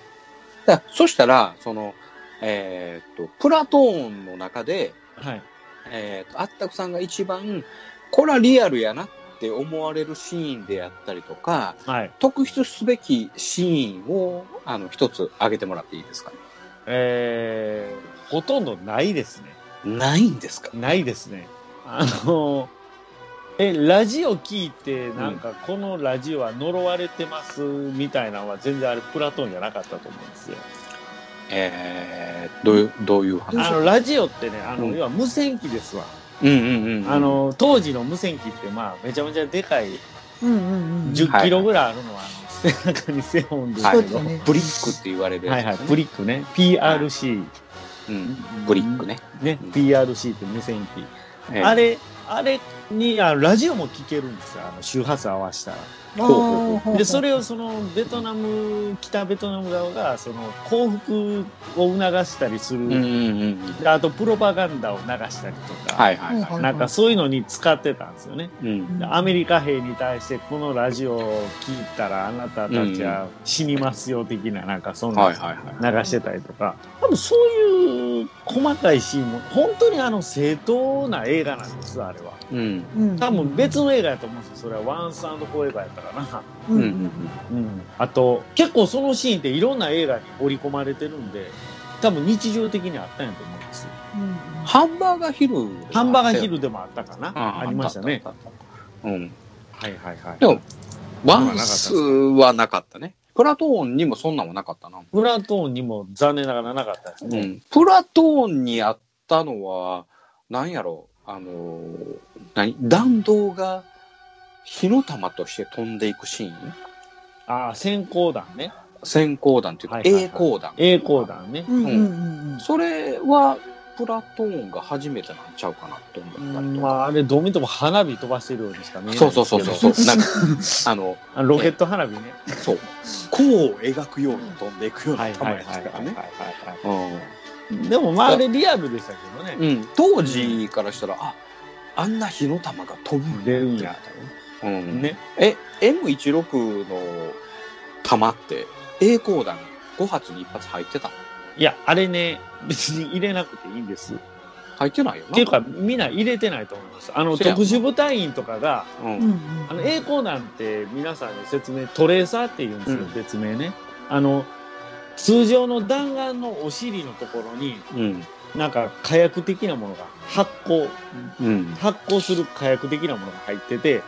だそしたら、その、えーっと、プラトーンの中で、
はい。
えーと、あったくさんが一番、こらリアルやなって思われるシーンであったりとか、
はい。
特筆すべきシーンを、あの、一つ挙げてもらっていいですかね。
えー、ほとんどないですね。
ないんですか
ないですね。あの、え、ラジオ聞いて、なんか、このラジオは呪われてます、みたいなのは、全然あれ、プラトンじゃなかったと思うんですよ。
えー、どういう、どういう
あ
話
の、ラジオってね、あの、
うん
要は無線機ですわ。
うんうんうんうん。
あ、の、当時の無線機って、まあ、めちゃめちゃでかい、
うんうんうん。
10キロぐらいあるのは、あの背中に背負うんです
は
け
い
そう
ど、
だね。
ブリックって言われる
はいは
や
い
つ、ですね
ブリックね、PRC、
うん、ブリックね。
ね、PRC って無線機。
えー
あれ、あれに、あラジオも聞けるんですよ。あの周波数合わせたら。
あー
ほうほうほう
ほう
で、それをそのベトナム、北ベトナム側が、その幸福を促したりする。
うんうんうん。
であと、プロパガンダを流したりとか。
はいはい
は
はいい。
なんかそういうのに使ってたんですよね。
うん。
でアメリカ兵に対して、このラジオを聞いたらあなたたちは死にますよ的な、なんかそんな
はいはいはい。
流してたりとか、多分そういう細かいシーンも、本当にあの正当な映画なんです、あれは。
うん。
うん
多分別の映画やと思うんですよ。それはワンスフォーエバーやったかな。
う
うん
う
んうんん
うん。あと、結構そのシーンっていろんな映画に織り込まれてるんで、多分日常的にあったんやと思うんですよ。
うん
ハンバーガーヒル。
ハンバーガーヒルでもあったかな。ありましたね。。
あったあったあったうん。
はいはいはい。
でもワンスはなかったね。プラトーンにもそんなんもなかったな。
プラトーンにも残念ながらなかったです
う
ね。
ん。プラトーンにあったのは、なんやろあのー、何弾道が火の玉として飛んでいくシーン
ああ、閃光弾ね。
閃光弾っていうか、
はいはいはい
栄光弾。
栄光弾ね。
うんうんうんうん。
それは、プラトーンが初めてなんちゃうかなって思ったりと
ま
か。
あ、あれどう見ても花火飛ばしてるようにしか見えないん
そ
で
う
すけ
そ
ど。
うそうそうそう。なんか、あの、
あのロケット花火ね。
そう。弧を描くように飛んでいくような球でしたからね。
は
うん
い。でもまあ、あれリアルでしたけどね。
うん、当時からしたら、ああんな火の玉が飛ぶんだ
出るんや。
うん
ね。
え M16 の玉って栄光弾5発に1発入ってた
いや、あれね、別に入れなくていいんです。っ
入ってないよな
ていうか、みんな入れてないと思います。あの、
せや
特殊部隊員とかが、
う
うんうんん
あの、栄光なんて皆さんに説明、トレーサーって言うんですよ、
うん
別名ね。あの、通常の弾丸のお尻のところに、
うん
なんか火薬的なものが発光、
うん
発光する火薬的なものが入ってて、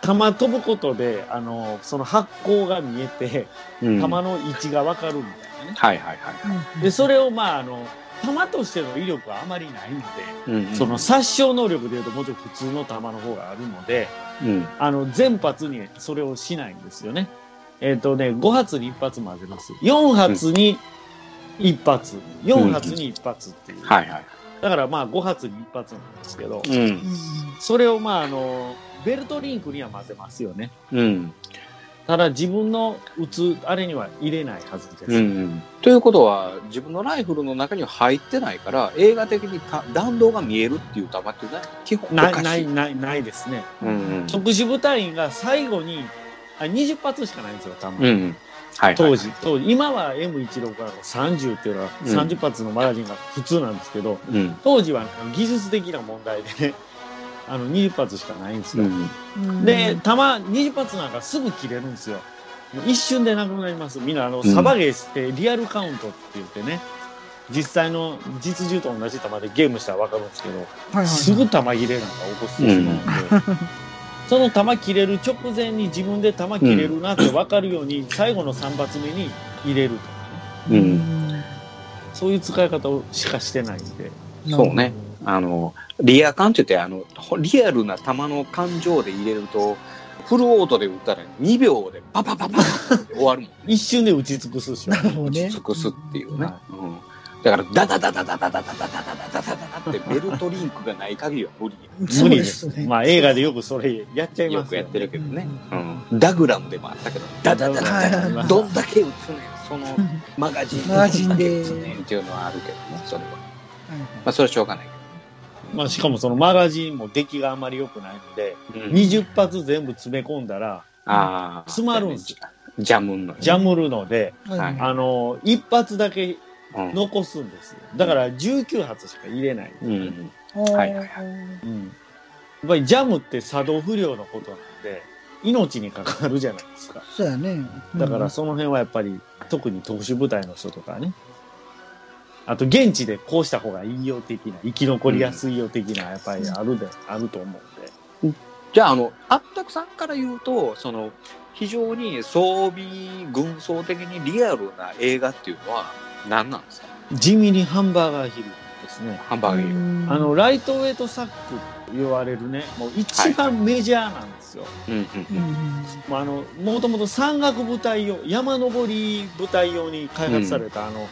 弾飛ぶことで、あの、その発光が見えて、
うん
弾
はい
の位置がわかるみたいなね。
はいはい、
で、それをまあ、あの、弾としての威力はあまりないので、
うん
その殺傷能力でいうともちろん普通の弾の方があるので、
うん
あの、全発にそれをしないんですよね。えっ、とね、5発に1発混ぜます。4発に1発、4発に1発っていう。
はいはい
だからまあ5発に1発なんですけど、
うん
それをまああの、ベルトリンクには混ぜますよね。
うん
ただ自分の撃つあれには入れないはずです。
うんということは自分のライフルの中には入ってないから映画的にた弾道が見えるっていう弾っていうのは基本お
な
かし
い、ない、ない、ないですね。
うんうん
特殊部隊員が最後に、あ20発しかないんですよ、多分。
うんはいはい
当時、当時、今は M16 から30っていうのは、
うん
30発のマガジンが普通なんですけど、
うん
当時はあの技術的な問題で、ね、あの、20発しかないんです
う
よ。
ん
うん
で、弾、20発なんかすぐ切れるんですよ。もう一瞬でなくなります。みんな、あの、
うん
サバゲーして、リアルカウントって言ってね、実際の実銃と同じ球でゲームしたら分かるんですけど、
はいはい。
すぐ弾切れなんか起こしてしまうんで、その弾切れる直前に自分で弾切れるなって分かるように、最後の3発目に入れるとかね、
う。
うんん。
そういう使い方をしかしてないんで。
そうね。あの、リア感って言って、あの、ほリアルな球の感情で入れると、フルオートで打ったら2秒でパパパパって終わるもん。
一瞬で打ち尽くすでしょ。
そうね。
尽くすっていうね。うん。だから、ダダダダダダダダダダダダダダってベルトリンクがない限りは無理
そうですね。
まあ映画でよくそれやっちゃい
よ
ます
くやってるけどね。
う
うん。ダグラムでもあったけど、ダダダダダダ
はい
どんだけ打つねん、そのマガジン。
マガジンで
打つねんっていうのはあるけどね、それは。ま
はいはい
あ、それはしょうがない
まあしかもそのマガジンも出来があまり良くないので、
けど。うん
20発全部詰め込んだら
ああ。
詰まるんですよ
ジャムンのね。
ジャムるので、
はい
あの、一発だけ
うん
残すんですよ。だから19発しか入れない。
うん。
はいい
うん。や
はい
っぱりジャムって作動不良のことなんで、命に関わるじゃないですか。
そうやね。
だからその辺はやっぱり、特に特殊部隊の人とかね。あと、現地でこうした方がいいよ的な、生き残りやすいよ的な、やっぱりあるで、あると思うんで。
じゃあ、あの、あったくさんから言うと、その、非常に装備、軍装的にリアルな映画っていうのは何なんですか
地味にハンバーガーヒルですね。
ハンバーグー。
あ
あ
の、、ライトウェイトサックと言われるね、もう一番メジャーなんですよ。
うん
う
うんうん。
ん
まあ、あのもともと山岳部隊用山登り部隊用に開発された、あの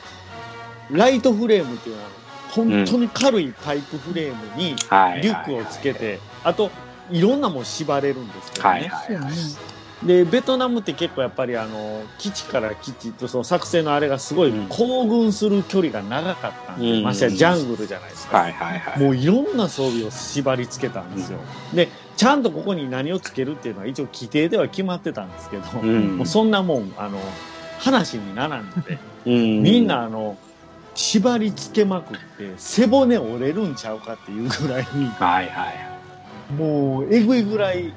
ライトフレームっていうのは本当に軽いパイプフレームに
はい。
リュックをつけて、あといろんなもん縛れるんですけどね、
はいは
そう
い
や
は
ね
い。。
でベトナムって結構やっぱりあの基地から基地とその作戦のあれがすごい
うん
興奮する距離が長かったんで、
うん
ましてやジャングルじゃないですか、
はいはいはい。
もういろんな装備を縛り付けたんですよ、でちゃんとここに何をつけるっていうのは一応規定では決まってたんですけど、
うん
もうそんなもんあの話にならんので、み
み
んな、あの縛り付けまくって背骨折れるんちゃうかっていうぐらいに
はいはい。
もうえぐいぐらい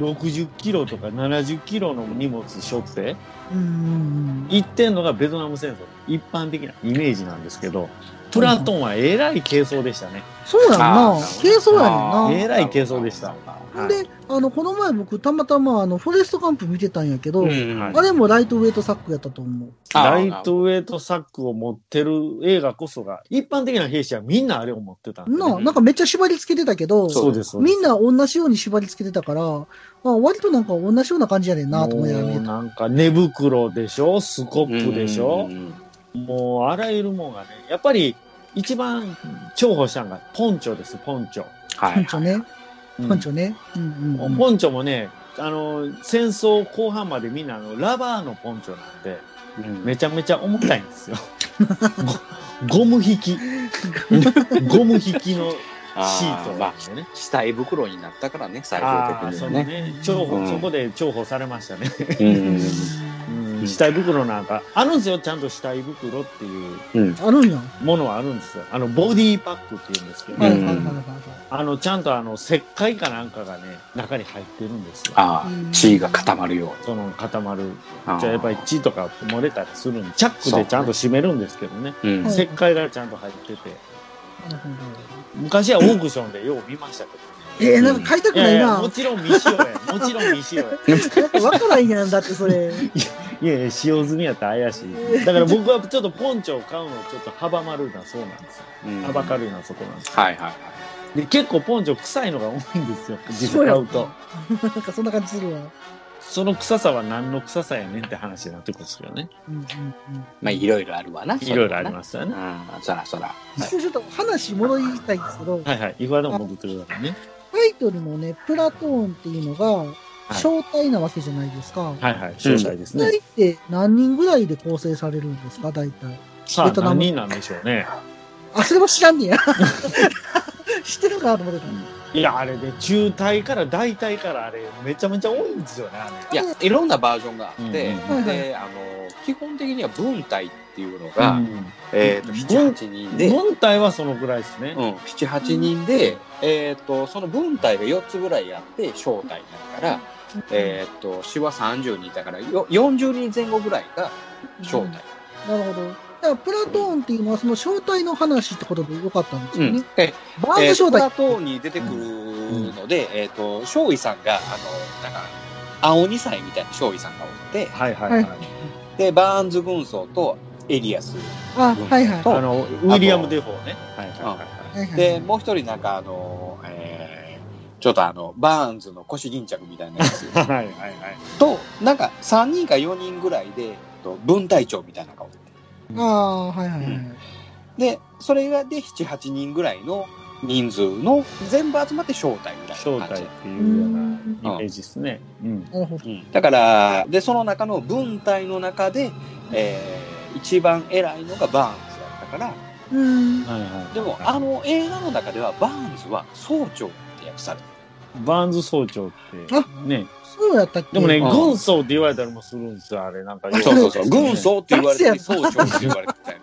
60キロとか70キロの荷物背負って
うん。
行ってんのがベトナム戦争の一般的なイメージなんですけどプラトンはえらい軽装でしたね。
そうやんな
あー。
軽装やね
ー
んな。
えらい軽装でした
ほんで、あの、この前僕、たまたま、あの、フォレストカンプ見てたんやけど、
うん
あれもライトウェイトサックやったと思う。
あ
ライトウェイトサックを持ってる映画こそが、一般的な兵士はみんなあれを持ってたんで、
なあ、なんかめっちゃ縛り付けてたけど、
そうです、そうです。
みんな同じように縛り付けてたから、あ割となんか同じような感じやねんなと思いながら見
も
て
う
た。
なんか寝袋でしょ、スコップでしょ
う、ん
もうあらゆるもんがね、やっぱり一番重宝したのがポンチョです、ポンチョ。
パ
はいは
ン
い。
チョね。
うん
パンチョね。うんうんうん。
ポンチョもね、あの、戦争後半までみんなあのラバーのポンチョなんで、
うん
めちゃめちゃ重た いんですよ。もうゴム引き。ゴム引きのシート
あーま
なん
あ
ですよね。
死体袋になったからね、最
ああー
終的
そ
に
の
は
ね重宝、
うん
そこで重宝されましたね、
ね。
うん、死体袋なんかあるんですよちゃんと死体袋っていう
あるんや。
ものはあるんですよあのボディパックっていうんですけど、
はいは
う
い
ん
はいはいは
あのちゃんとあの石灰かなんかがね中に入ってるんですよ
ああ、血が固まるように。
その固まる
あー
じゃあやっぱり血とか漏れたりするんでチャックでちゃんと閉めるんですけどね
うん
そう
石灰がちゃんと入ってて
い。なるほど
昔はオークションでよう見ましたけ
えー、なんか買いたく
どい
な
や
いい
や
な
も。ちろん未使用やもちろん未使用や
やっぱわからんやんだってそ れ。
いやいや、使用済みやったら怪しい。だから僕はちょっとポンチョを買うのちょっと阻まるな、そうなんですよ。
うん
はばかるな、そこなんですよ。
はいはい
で、結構ポンチョ臭いのが多いんですよ、実際買うと。
なんかそんな感じするわ。
その臭さは何の臭さやねんって話になってくるんですけどね。
うんうんうん。
まあいろいろあるわな。。
いろいろありますした
う
ね。
ん、そらそら。
一応ちょっと話戻りたいんですけど、
はいはい。いくらでも戻ってくださいね。
タイトルのね、プラトーンっていうのが、
い
正体なわけじゃないですか。
はいはい。詳細です
大
ね。
体って何人ぐらいで構成されるんですか、大体。
さあ、
ベトナム
何人なんでしょうね。
あ、それも知らんね や。知ってるかと思ってた。
いや、あれね、中隊から大隊からあれ、めちゃめちゃ多いんですよね、あれ。
いや、いろんなバージョンがあって
うん
うんうん、
で、あの、基本的には分隊っていうの
う
が、
ん
えっ
う
と、
ん
7、8人で、
本体はそのぐらいですね。
うん、78人で、えー、とその分隊が4つぐらいあって小隊になるから、えー、と詩は30人いたからよ40人前後ぐらいが小隊、
なるほど。からプラトーンっていうのはその正体の話ってことでよかったんです
う
よね。
ん。え
バー
え
ン
ー
ズ正
プラ
体、
トーンに出てくるので、えっ、と、少尉さんが、あの、なんか、青二歳みたいな少尉さんがおって、
はいはいはい。
で、バーンズ軍曹とエリアス。
あ、はいはい。
と
あの、ウィリアム・デフォーね。はいはい
はい
は
はいはい
で、もう一人なんか、あの、えーちょっとあの、バーンズの腰巾着みたい なやつ
い。はいはいはい。
と、なんか3人か4人ぐらいで、と分隊長みたいなのがおって。
ああ、はいはいはい。
で、それがで7、8人ぐらいの人数の全部集まって招待みたいな感じ。
正体っていうようなイメージですね。うん。
なるほど。
うんだから、で、その中の分隊の中で、えー一番偉いのがバーンズだったから、
うん。
はいはい。
でも、あの映画の中では、バーンズは総長って訳されて
バーンズ総長って、ね。
そうやったっけ
でもね、
うん
軍曹って言われたりもするんですよ、あれ。なんかよ
る。
く。
そうそうそう。軍曹って言われ て、
脱
総長って言われて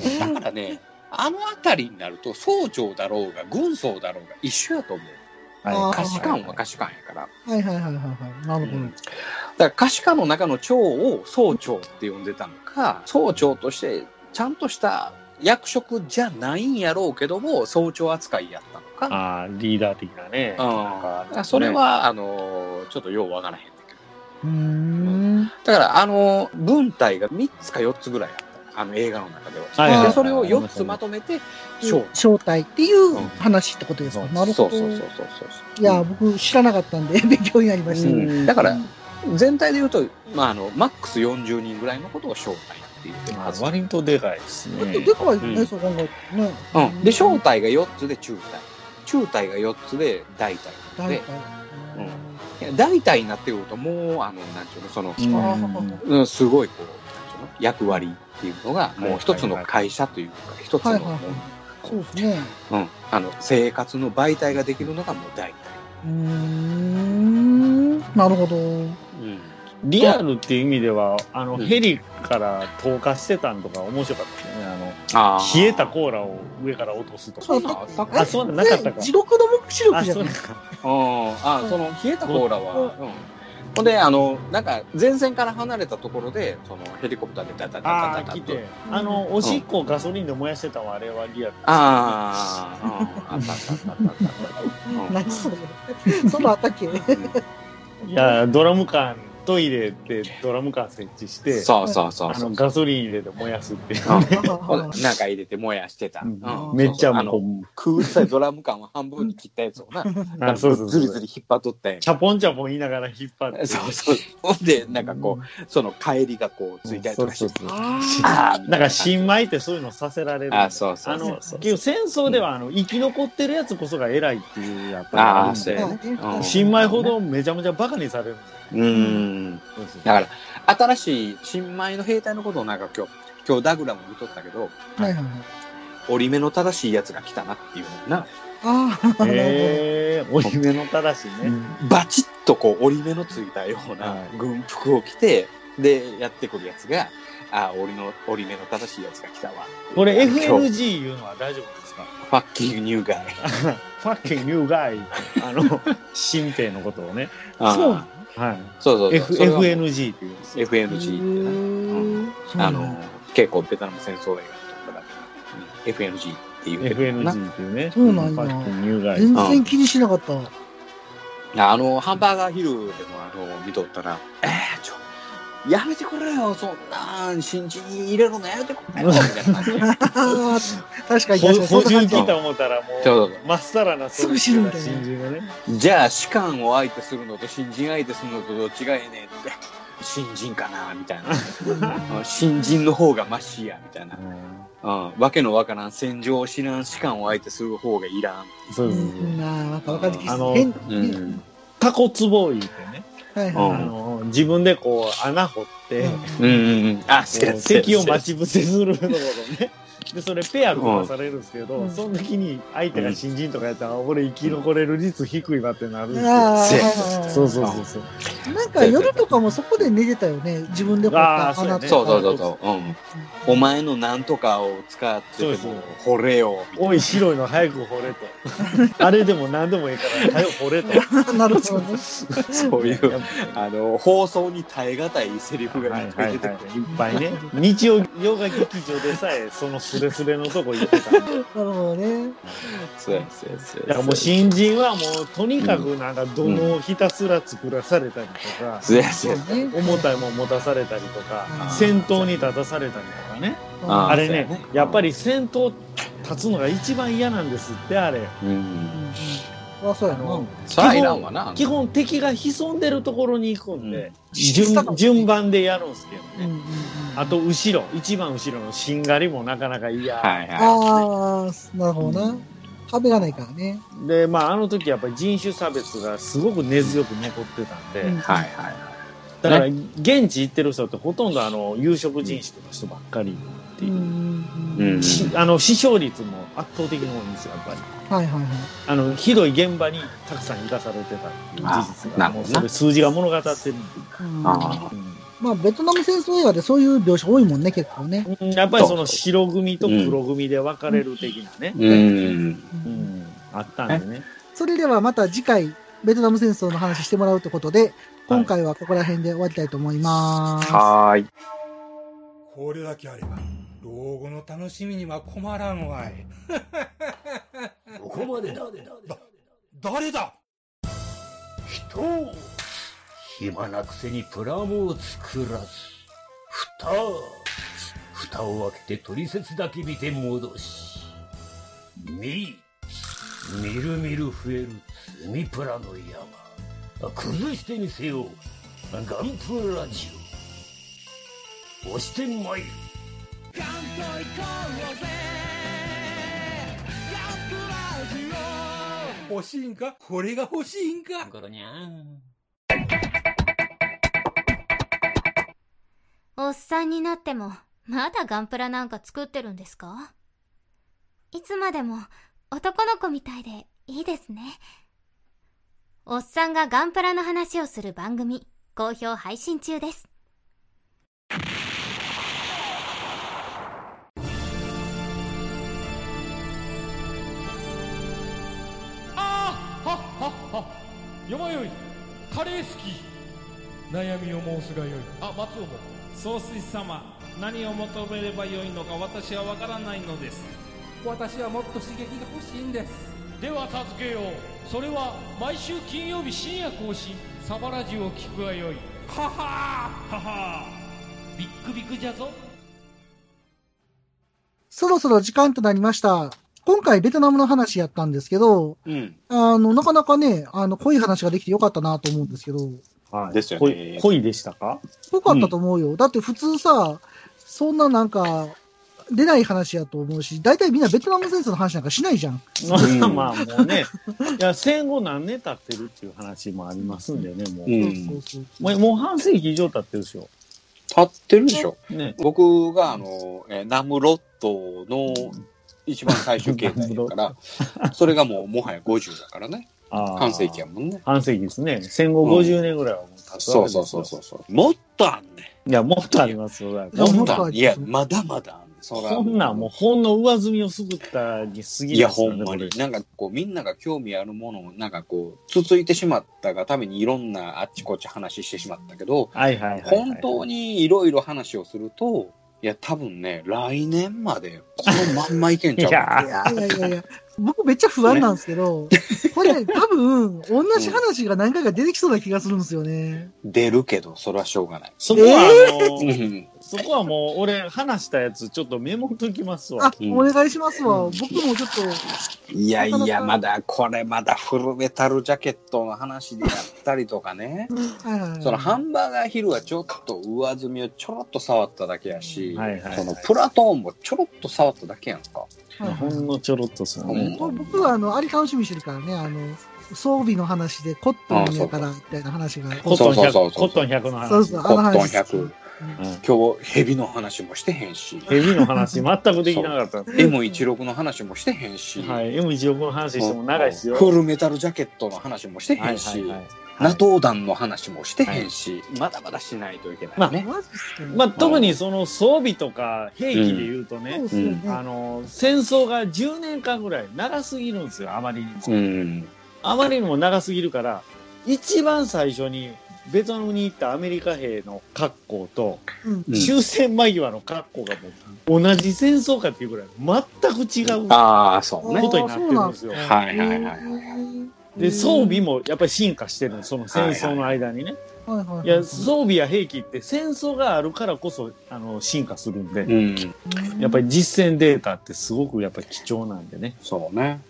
たよ。なんかね、あのあたりになると、総長だろうが、軍曹だろうが一緒やと思う。
あー
可視官は
か
可視官やから。
はいはいはいはいはい。なるほど。
だから可視化の中の長を総長って呼んでたのか、総長としてちゃんとした役職じゃないんやろうけども、総長扱いやったのか。
ああ、リーダー的なね。なんか
うん、それは、あの、ちょっとようわからへんねんけど。
うーん。
だから、あの、文体が3つか4つぐらいあった。あの映画の中では。
はい
はいはい
でそれを4つまとめて、章
正体っていう
うん
話ってことですか。なる
そ
ほ
う
ど。
そうそうそうそう。
いや、僕知らなかったんで、勉 強になりま
う
した。
ん、だから、全体で言うと、まあ、あの、マックス40人ぐらいのことを正体って言ってる
ま
は
あ
ず。
割とでかいです
だっ
ね
て。でかいよ
う
ね、
ん
そう考えたらね。
うん、で正体が4つで中体中体が4つで大体
大
で
体。
うんいや大体になってくるともうあのなんていうのその、
うん
あ
うん、すごいこうなんていうの役割っていうのがもう一つの会社というか一つの,、
はいはいはいそうですね。
うん、あの生活の媒体ができるのがもう大体、
うーん。なるほど。
うん、
リアルっていう意味では、あの、
うん
ヘリから投下してたんとか面白かったですよね。あの、
あ
冷えたコーラを上から落とすとか。
そう
あった
あ、そうなんなかった
ね
か。
地獄の目視力
あ、
じゃ
そう
ない
なんか。
うんあその冷えたコーラは、うん、ほんであのなんか前線から離れたところでそのヘリコプターでダダダダ
あ
ダ
ー、
ダ
来
と
て。あの、おしっこをガソリンで燃やしてたのはあれはリアル。
ああ、うんあったあったあったあったあったうん。
何それ。 そのあったっけ
いや、ドラム缶、トイレってドラム缶設置して、
そうそうそう
あ
そう
の、。ガソリン入れて燃やすっていう。
なんか入れて燃やしてた。
うん
うん
めっちゃ
あの
もう、
空さドラム缶を半分に切ったやつをな、
あそうそうそう
ずりずり引っ張っとって。
チャポンチャポン言いながら引っ張って。
そうそう。ほんで、なんかこう、その帰りがこう、ついたりとかして。
そうそうそう
あ
ああ、みた
ないんか新米ってそういうのさせられる。
あそうそうそう
あの、結局戦争ではあの生き残ってるやつこそが偉いっていうやっぱり
あ
る
あ、
ん
そう
で
やね。うん
新米ほ。どめちゃめちゃバカにされるんですよ。
うん。
そうそう
だから、新しい新米の兵隊のことをなんか今日、今日ダグラも見とったけど、
あ。はいはいはい。
折り目の正しいやつが来たなっていうのな。
ああ、なるほど。
ええ、お姫のただしね。
バチッとこう折り目のついたような
はい
軍服を着て、で、やってくるやつが、あ、俺の折り目の正しいやつが来たわ。
これ
今日
FNG 言うのは大丈夫ですか
ファッキングニューガイ。
ファッキングニューガイ。あ の、新兵のことをね。
そう。
はい。
そうそうそう。
F-
それはもう
FNG っていうんです。
FNG って
そうな
な。あ
んだ
の、結構ベトナム戦争映画とかだから、FNG っていうけどな。
FNG っていうね。
そうなん
フ
や
ァッキングニューガイ。
全然気にしなかった。
あの、ハンバーガーヒルでもあの、見とったら、えー、ちょ、やめてくれよ、そんなん、新人入れるのやめてくれよ、みたいな感
ああ、
じで。
確かに確かにそ
補
んな感
充
じ
来た思ったらも
そ
う、
うそうそう
まっさらな
すぐ死ぬみたいな
新人がね。
じゃあ、士官を相手するのと新人相手するのとどっちがええねんって。新人かなみたいな。 うん新人の方がマシや、みたいな。うん。わけのわからん戦場を知らん士官を相手する方がいらん。
そう
う
そうそ
ん、
う。
なあ、わかるわかる。
あの
変
うん。
タコツボー言うてね、
はい
うん
は
あの、自分でこう穴掘って、
い
こ。
うんうんうん。あ、好きだ
う 敵を待ち伏せするのことね。で、それペア組まされるんですけど、
うん
その時に相手が新人とかやったら、俺生き残れる率低いなってなるん
う
で
ん
す
ああ、
よ。
はい
せ
はいはい
そうそうそうそう。
なんか夜とかもそこで寝てたよね。自分で掘った
あーそう
穴
や
と
ね
か。
そうそうそうそう、うん、お前のなんとかを使っ
そう
て
そう
掘れよみたい
おい、白いの早く掘れと。あれでも何でもいいから、早く掘れと。
なるほどね。
なそういうあの放送に耐え難いセリフが
はい
いっ
は
ぱい
い
出て
は
く
い、いっぱいね。日曜ヨガ劇場でさえ、そのスレスレのとこ行ってたんで。
なるほどね。
そうやそうやそうや
だからもう
そう
新人はもう、とにかくなんか土のをひたすら作らされたりとか、
やそう
そう
や
ね。
重たいもん持たされたりとか
う、ん
戦闘に立たされたりとかね。
あー
あれ
そうや
ね
ね、
やっぱり戦闘立つのが一番嫌なんですって、あれ。
うん
あ、そうやな。
そらいらんわな
基本敵が潜んでるところに行くんで、
下か
順
も
順番でやるんですけど
うんう
ね。
んうん
あと後ろ、一番後ろのしんがりもなかなか嫌。
はい
あ
は
あ、なるほどな。壁がないからね。
で、まああの時やっぱり人種差別がすごく根強く残ってたんで、
うん
いはいは
だから現地行ってる人ってほとんどあの有色人種の人ばっかりって
う
い
ん
う。
うんう
い
ん。
うん
しあの死傷率も圧倒的に多いんですよ、やっぱり。
はいはいはい。
あの、ひどい現場にたくさん生かされてたっていう事実
あ
が、
なるほ
も
ど
う
な
それ数字が物語ってる。
うん
あ
うん
まあ、ベトナム戦争映画でそういう描写多いもんね、結構ね。
うんやっぱりその白組と黒組で分かれる的なね、
うん
うんあったんでね。
それではまた次回、ベトナム戦争の話してもらうということで、今回はここら辺で終わりたいと思います。
はーい
これだけあれば老後の楽しみには困らんわい
ここまでだ
誰だ
人を暇なくせにプラモを作らず蓋蓋を開けて取説だけ見て戻し見みるみる増える積みプラの山崩してみせようガンプラジオ押してまいる
欲しいんかこれが欲しいんか
おっさんになっても、まだガンプラなんか作ってるんですかいつまでも男の子みたいでいいですね。おっさんがガンプラの話をする番組、好評配信中です。
あーはっはっはよまよいカレー好き悩みを申すがよいあ松尾も総帥様何を求めればよいのか私は分からないのです私はもっと刺激が欲しいんですでは助けようそれは毎週金曜日深夜更新サバラジュを聞くがよいははーははービックビックじゃぞ
そろそろ時間となりました。今回ベトナムの話やったんですけど、
うん
あの、なかなかね、あの、濃い話ができてよかったなと思うんですけど、
はい
ですよ
こ
ね
い恋でしたか
よかったと思うよ。だって普通さ、そんななんか、出ない話やと思うし、大体みんなベトナム戦争の話なんかしないじゃん。
まあ まあもうね、いや戦後何年経ってるっていう話もありますんでね、もう。
うん
そうそうそう。
もうもう半世紀以上経ってるでしょ。
立ってるでしょ
ね。
僕があの、えーナムロットの一番最終形態やから、それがもうもはや50だからね。
あー
半世紀やもんね。
半世紀ですね。戦後50年ぐらいはもう経つわけですよ
そうそうそうそうそう。もっとあんね
いや、もっとありますよ。だか
ん。
ら
も
も
っ
っ
と
と
あ
あ
る
んねんいや、まだまだあんねん。そら
こんなんもうほんの上積みをすぐったに過ぎ
いや、ほん
こ
ま
れ
に。なんかこう、みんなが興味あるものを、なんかこう、続いてしまったがためにいろんなあっちこっち話してしまったけど、
はいはいはいはい。
本当にいろいろ話をすると、いや、多分ね、来年までこのまんまいけん
い
ちゃう。
や
い、やいやいやいや、僕めっちゃ不安なんですけど、これ、ね、多分、同じ話が何回か出てきそうな気がするんですよね。
出るけど、それはしょうがない。
そこはあの、
うん
そこはもう、俺、話したやつ、ちょっとメモっときますわ
あ。、お願いしますわ。僕もちょっと、
いやい
なかな
や、
か
まだ、これまだフルメタルジャケットの話でやったりとかね。
はいはいはい
そのハンバーガーヒルはちょっと上積みをちょろっと触っただけやし、
はいはいはい
そのプラトーンもちょろっと触っただけやんか。
はい
ほんのちょろっとそうね。
ぼ僕はあの、あれ楽しみにしてるからね、あの、装備の話でコットンやからみたいな話が。
コットン
そうそうそう
100、
そ
コ
う
ットン100の話。
そうそう、
コ
あの
ットン
話。
100。今日、ヘビの話もしてへんし、
ヘビの話、全くできなかった。
M16 の話もしてへんし、
はい。M16 の話しても長いですよ。
フルメタルジャケットの話もして
はい
へん
はい
し
はい、。
NATO 団の話もしてへんし、まだまだしないといけない。
まあ、まあ、特にその装備とか兵器で言うとね、
うんそうですよね
あの戦争が10年間ぐらい長すぎるんですよあまりにも、
うん。
あまりにも長すぎるから一番最初にベトナムに行ったアメリカ兵の格好と、
うん
終戦間際の格好がもう同じ戦争かっていうぐらい全く違う
ああ、そうね。
ことになってるんですよ。
はいはいはい。
で装備もやっぱり進化してるのその戦争の間にね。
はいはい。
や装備や兵器って戦争があるからこそあの進化するんで、やっぱり実践データってすごくやっぱり貴重なんでね。
そうね。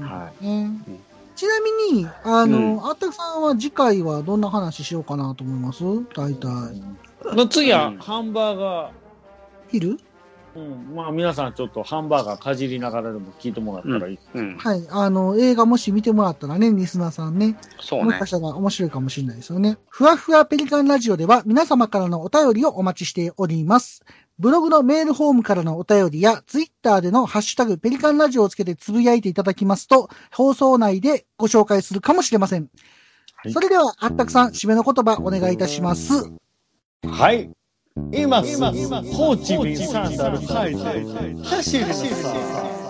はい
ちなみに、あ
うん
の、あったくさんは次回はどんな話しようかなと思います大体。
まあ、次はハンバーガー、
昼
うん、まあ皆さんちょっとハンバーガーかじりながらでも聞いてもらったらいい。
はい。あの、映画もし見てもらったらね、リスナーさんね。
そうね
もしかしたら面白いかもしれないですよね。ふわふわペリカンラジオでは皆様からのお便りをお待ちしております。ブログのメールフォームからのお便りや、ツイッターでのハッシュタグペリカンラジオをつけてつぶやいていただきますと、放送内でご紹介するかもしれません。それでは、あったくさん、締めの言葉お願いいたします。
はい。今すぐ、今、コーチビンサンダル履いて、走るさ。